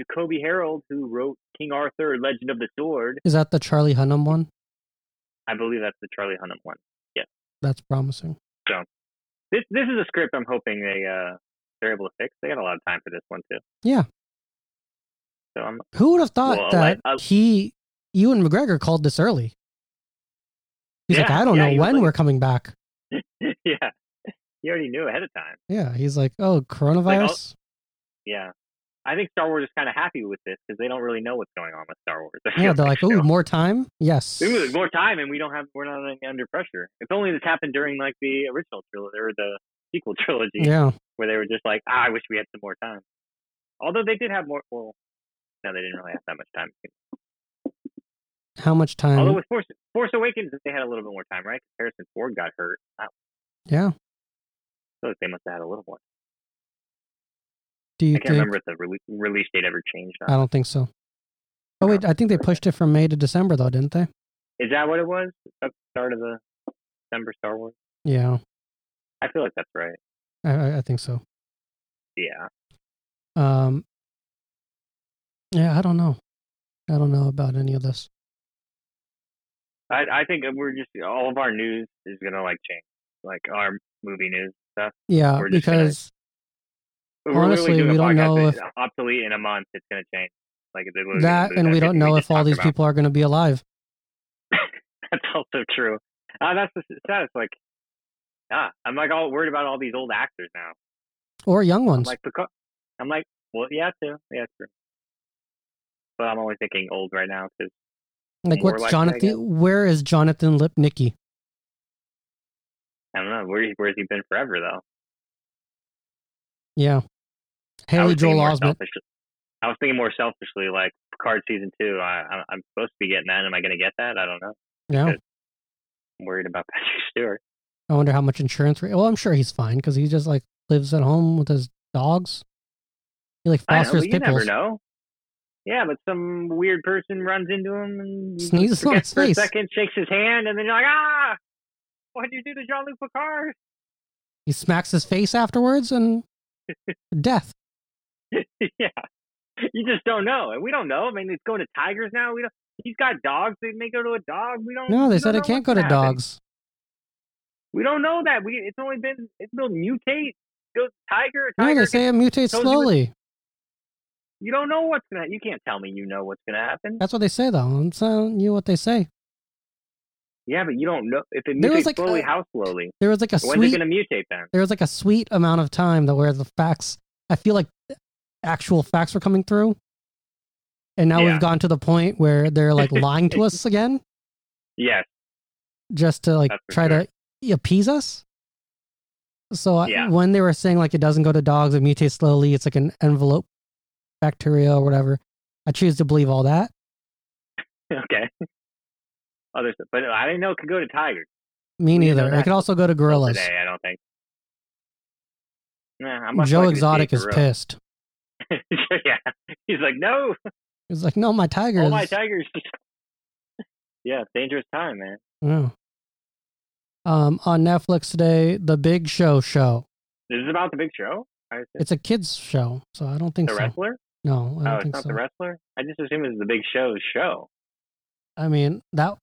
Speaker 3: Jacoby Harold, who wrote King Arthur: Legend of the Sword.
Speaker 2: is that the Charlie Hunnam one?
Speaker 3: I believe that's the Charlie Hunnam one.
Speaker 2: That's promising.
Speaker 3: This this is a script I'm hoping they uh they're able to fix. They got a lot of time for this one too.
Speaker 2: Yeah.
Speaker 3: So I'm
Speaker 2: Who would have thought
Speaker 3: Well,
Speaker 2: that
Speaker 3: I- I-
Speaker 2: he, Ewan McGregor, called this early? He's like,
Speaker 3: Yeah,
Speaker 2: I don't
Speaker 3: yeah, he
Speaker 2: know
Speaker 3: was
Speaker 2: when
Speaker 3: like-
Speaker 2: we're coming back.
Speaker 3: yeah. You already knew ahead of time.
Speaker 2: Yeah. He's like, oh, coronavirus.
Speaker 3: "Oh, Yeah. I think Star Wars is kind of happy with this because they don't really know what's going on with Star Wars.
Speaker 2: yeah. They're like,
Speaker 3: So,
Speaker 2: ooh, more time. Yes.
Speaker 3: ooh, there's more time, and we don't have we're not under pressure. If only this happened during like the original trilogy or the sequel trilogy,
Speaker 2: Yeah.
Speaker 3: where they were just like, ah, I wish we had some more time. Although they did have more. Well, no, they didn't really have that much time.
Speaker 2: How much
Speaker 3: Although
Speaker 2: time?
Speaker 3: with Force Force Awakens, they had a little bit more time, right? 'Cause Harrison Ford got hurt. I
Speaker 2: Yeah.
Speaker 3: feel like they must have had a little more.
Speaker 2: Do you
Speaker 3: I can't
Speaker 2: think?
Speaker 3: remember if the release, release date ever changed.
Speaker 2: I don't think so. Oh wait, I think they pushed it from May to December though, didn't they?
Speaker 3: Is that what it was? At the start of the December Star Wars?
Speaker 2: Yeah,
Speaker 3: I feel like that's right.
Speaker 2: I- I, I think so.
Speaker 3: Yeah.
Speaker 2: Um, yeah, I don't know. I don't know about any of this.
Speaker 3: I I think we're just all of our news is gonna like change, like our movie news stuff.
Speaker 2: Yeah,
Speaker 3: We're just gonna-
Speaker 2: because
Speaker 3: But we're literally
Speaker 2: Honestly,
Speaker 3: doing a
Speaker 2: we don't
Speaker 3: podcast
Speaker 2: know
Speaker 3: that's obsolete in a month. It's gonna change. Like it's literally
Speaker 2: that,
Speaker 3: gonna be
Speaker 2: and we don't
Speaker 3: thing
Speaker 2: know
Speaker 3: just
Speaker 2: if all
Speaker 3: talked
Speaker 2: these
Speaker 3: about.
Speaker 2: people are going to be alive.
Speaker 3: That's also true. Uh, that's the status. Like, ah, I'm like all worried about all these old actors now.
Speaker 2: Or young
Speaker 3: I'm
Speaker 2: ones.
Speaker 3: like because I'm like, well, yeah, too, yeah, true. But I'm only thinking old right now because
Speaker 2: Like,
Speaker 3: more
Speaker 2: what's
Speaker 3: likely, I guess.
Speaker 2: Jonathan? Where is Jonathan Lipnicki?
Speaker 3: I don't know where where's he been forever though.
Speaker 2: Yeah,
Speaker 3: I
Speaker 2: Haley
Speaker 3: was thinking
Speaker 2: Joel
Speaker 3: more
Speaker 2: Osment.
Speaker 3: selfishly- I was thinking more selfishly, like Picard season two. I, I, I'm supposed to be getting that. Am I going to get that? I don't know.
Speaker 2: Yeah,
Speaker 3: Good. I'm worried about Patrick Stewart.
Speaker 2: I wonder how much insurance. Re- well, I'm sure he's fine because he just like lives at home with his dogs. He like
Speaker 3: I know,
Speaker 2: fosters
Speaker 3: but you
Speaker 2: pit bulls.
Speaker 3: never know. Yeah, but some weird person runs into him and he
Speaker 2: Sneezes on
Speaker 3: forgets
Speaker 2: his
Speaker 3: for a
Speaker 2: face.
Speaker 3: second, shakes his hand, and then you're like, ah, what did you do to Jean Luc Picard?
Speaker 2: He smacks his face afterwards and death.
Speaker 3: yeah. You just don't know. And we don't know. I mean, it's going to tigers now. We don't he's got dogs, they may go to a dog. We don't
Speaker 2: No,
Speaker 3: we
Speaker 2: they
Speaker 3: don't
Speaker 2: said
Speaker 3: know
Speaker 2: it can't
Speaker 3: what's
Speaker 2: go to
Speaker 3: gonna happen.
Speaker 2: dogs.
Speaker 3: We don't know that. We it's only been it's been mutate. Goes tiger, a
Speaker 2: No,
Speaker 3: tiger.
Speaker 2: they say it mutates
Speaker 3: told you what-
Speaker 2: slowly.
Speaker 3: you don't know what's gonna you can't tell me you know what's gonna happen.
Speaker 2: That's what they say, though. I'm telling you what they say.
Speaker 3: Yeah, but you don't know if it
Speaker 2: There
Speaker 3: mutates
Speaker 2: was like
Speaker 3: slowly,
Speaker 2: a-
Speaker 3: how slowly.
Speaker 2: There was like a
Speaker 3: When's
Speaker 2: sweet,
Speaker 3: it gonna mutate then?
Speaker 2: there was like a sweet amount of time that where the facts, I feel like actual facts were coming through, and now
Speaker 3: Yeah.
Speaker 2: we've gone to the point where they're like lying to us again,
Speaker 3: Yes.
Speaker 2: just to like
Speaker 3: That's for
Speaker 2: try to appease us. So I,
Speaker 3: Yeah.
Speaker 2: when they were saying like it doesn't go to dogs, it mutates slowly. It's like an envelope bacteria or whatever. I choose to believe all that.
Speaker 3: okay. Other stuff. But I didn't know it could go to tigers
Speaker 2: Me
Speaker 3: We didn't know
Speaker 2: neither. It
Speaker 3: that
Speaker 2: could also go to
Speaker 3: till
Speaker 2: gorillas.
Speaker 3: today, I don't think. Nah, I'm much
Speaker 2: Joe
Speaker 3: likely to see
Speaker 2: Exotic
Speaker 3: a
Speaker 2: is
Speaker 3: gorilla.
Speaker 2: pissed.
Speaker 3: yeah. He's like, no,
Speaker 2: He's like, no, my tiger.
Speaker 3: all
Speaker 2: is-
Speaker 3: my tigers. yeah, it's dangerous time, man.
Speaker 2: Yeah. Um, on Netflix today, The Big Show show.
Speaker 3: This is about the big show. I assume.
Speaker 2: It's a kids show, so I don't think
Speaker 3: the
Speaker 2: so.
Speaker 3: wrestler.
Speaker 2: No, I
Speaker 3: Oh,
Speaker 2: don't
Speaker 3: it's
Speaker 2: think
Speaker 3: not
Speaker 2: so.
Speaker 3: the wrestler. I just assume it's the big show's show.
Speaker 2: I mean, that.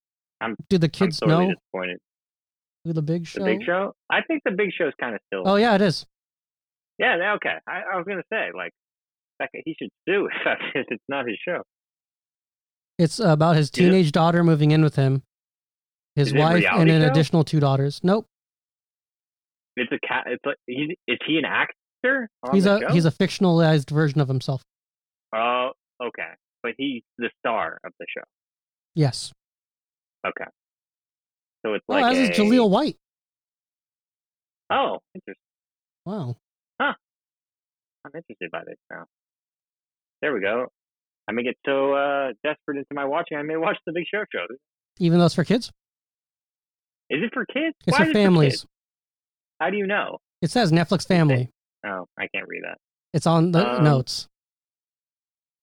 Speaker 3: I'm-
Speaker 2: do the
Speaker 3: I'm
Speaker 2: kids
Speaker 3: sorely
Speaker 2: know
Speaker 3: disappointed.
Speaker 2: who the Big Show?
Speaker 3: The big show. I think the big show's kind of still.
Speaker 2: Oh yeah, it is.
Speaker 3: Yeah. they- Okay. I, I was gonna say like, that guy- he should sue if it's not his show.
Speaker 2: It's about his
Speaker 3: Is it-
Speaker 2: teenage daughter moving in with him, his
Speaker 3: Is it a
Speaker 2: wife, and
Speaker 3: reality
Speaker 2: an
Speaker 3: show?
Speaker 2: additional two daughters. Nope,
Speaker 3: It's a cat. It's like he's. Is he an actor? On
Speaker 2: he's
Speaker 3: the
Speaker 2: a
Speaker 3: show?
Speaker 2: he's a fictionalized version of himself.
Speaker 3: Oh, okay. But he's the star of the show.
Speaker 2: Yes.
Speaker 3: Okay. So it's
Speaker 2: oh,
Speaker 3: like
Speaker 2: as
Speaker 3: a,
Speaker 2: is Jaleel White.
Speaker 3: Oh, interesting.
Speaker 2: Wow.
Speaker 3: I'm interested by this now. There we go. I may get so uh, desperate into my watching, I may watch the Big Show show.
Speaker 2: Even though it's for kids,
Speaker 3: Is it for kids?
Speaker 2: it's
Speaker 3: Why
Speaker 2: for
Speaker 3: is it kids?
Speaker 2: families.
Speaker 3: How do you know?
Speaker 2: It says Netflix family.
Speaker 3: Oh, I can't read that.
Speaker 2: It's on the
Speaker 3: Um,
Speaker 2: notes.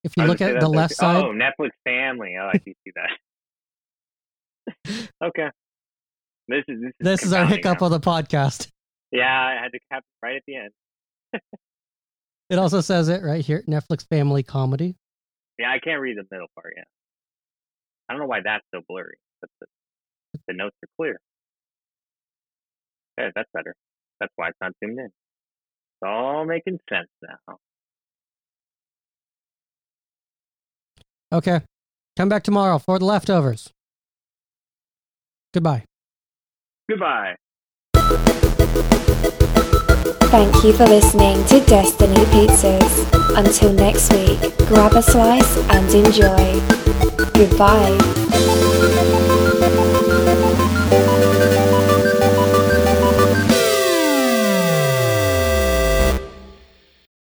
Speaker 2: If you
Speaker 3: I was
Speaker 2: look
Speaker 3: gonna say
Speaker 2: at the left
Speaker 3: that's okay.
Speaker 2: side,
Speaker 3: Oh, Netflix Family. Oh, I do see that. okay. This is this is,
Speaker 2: this is our
Speaker 3: confounding
Speaker 2: hiccup
Speaker 3: now.
Speaker 2: on the podcast.
Speaker 3: Yeah, I had to cap right at the end.
Speaker 2: It also says it right here Netflix family comedy.
Speaker 3: Yeah, I can't read the middle part yet. I don't know why that's so blurry, but the, the notes are clear. Yeah, that's better. That's why it's not zoomed in. It's all making sense now.
Speaker 2: Okay. Come back tomorrow for the leftovers. Goodbye.
Speaker 3: Goodbye.
Speaker 1: Thank you for listening to Destiny Pizzas. Until next week, grab a slice and enjoy. Goodbye.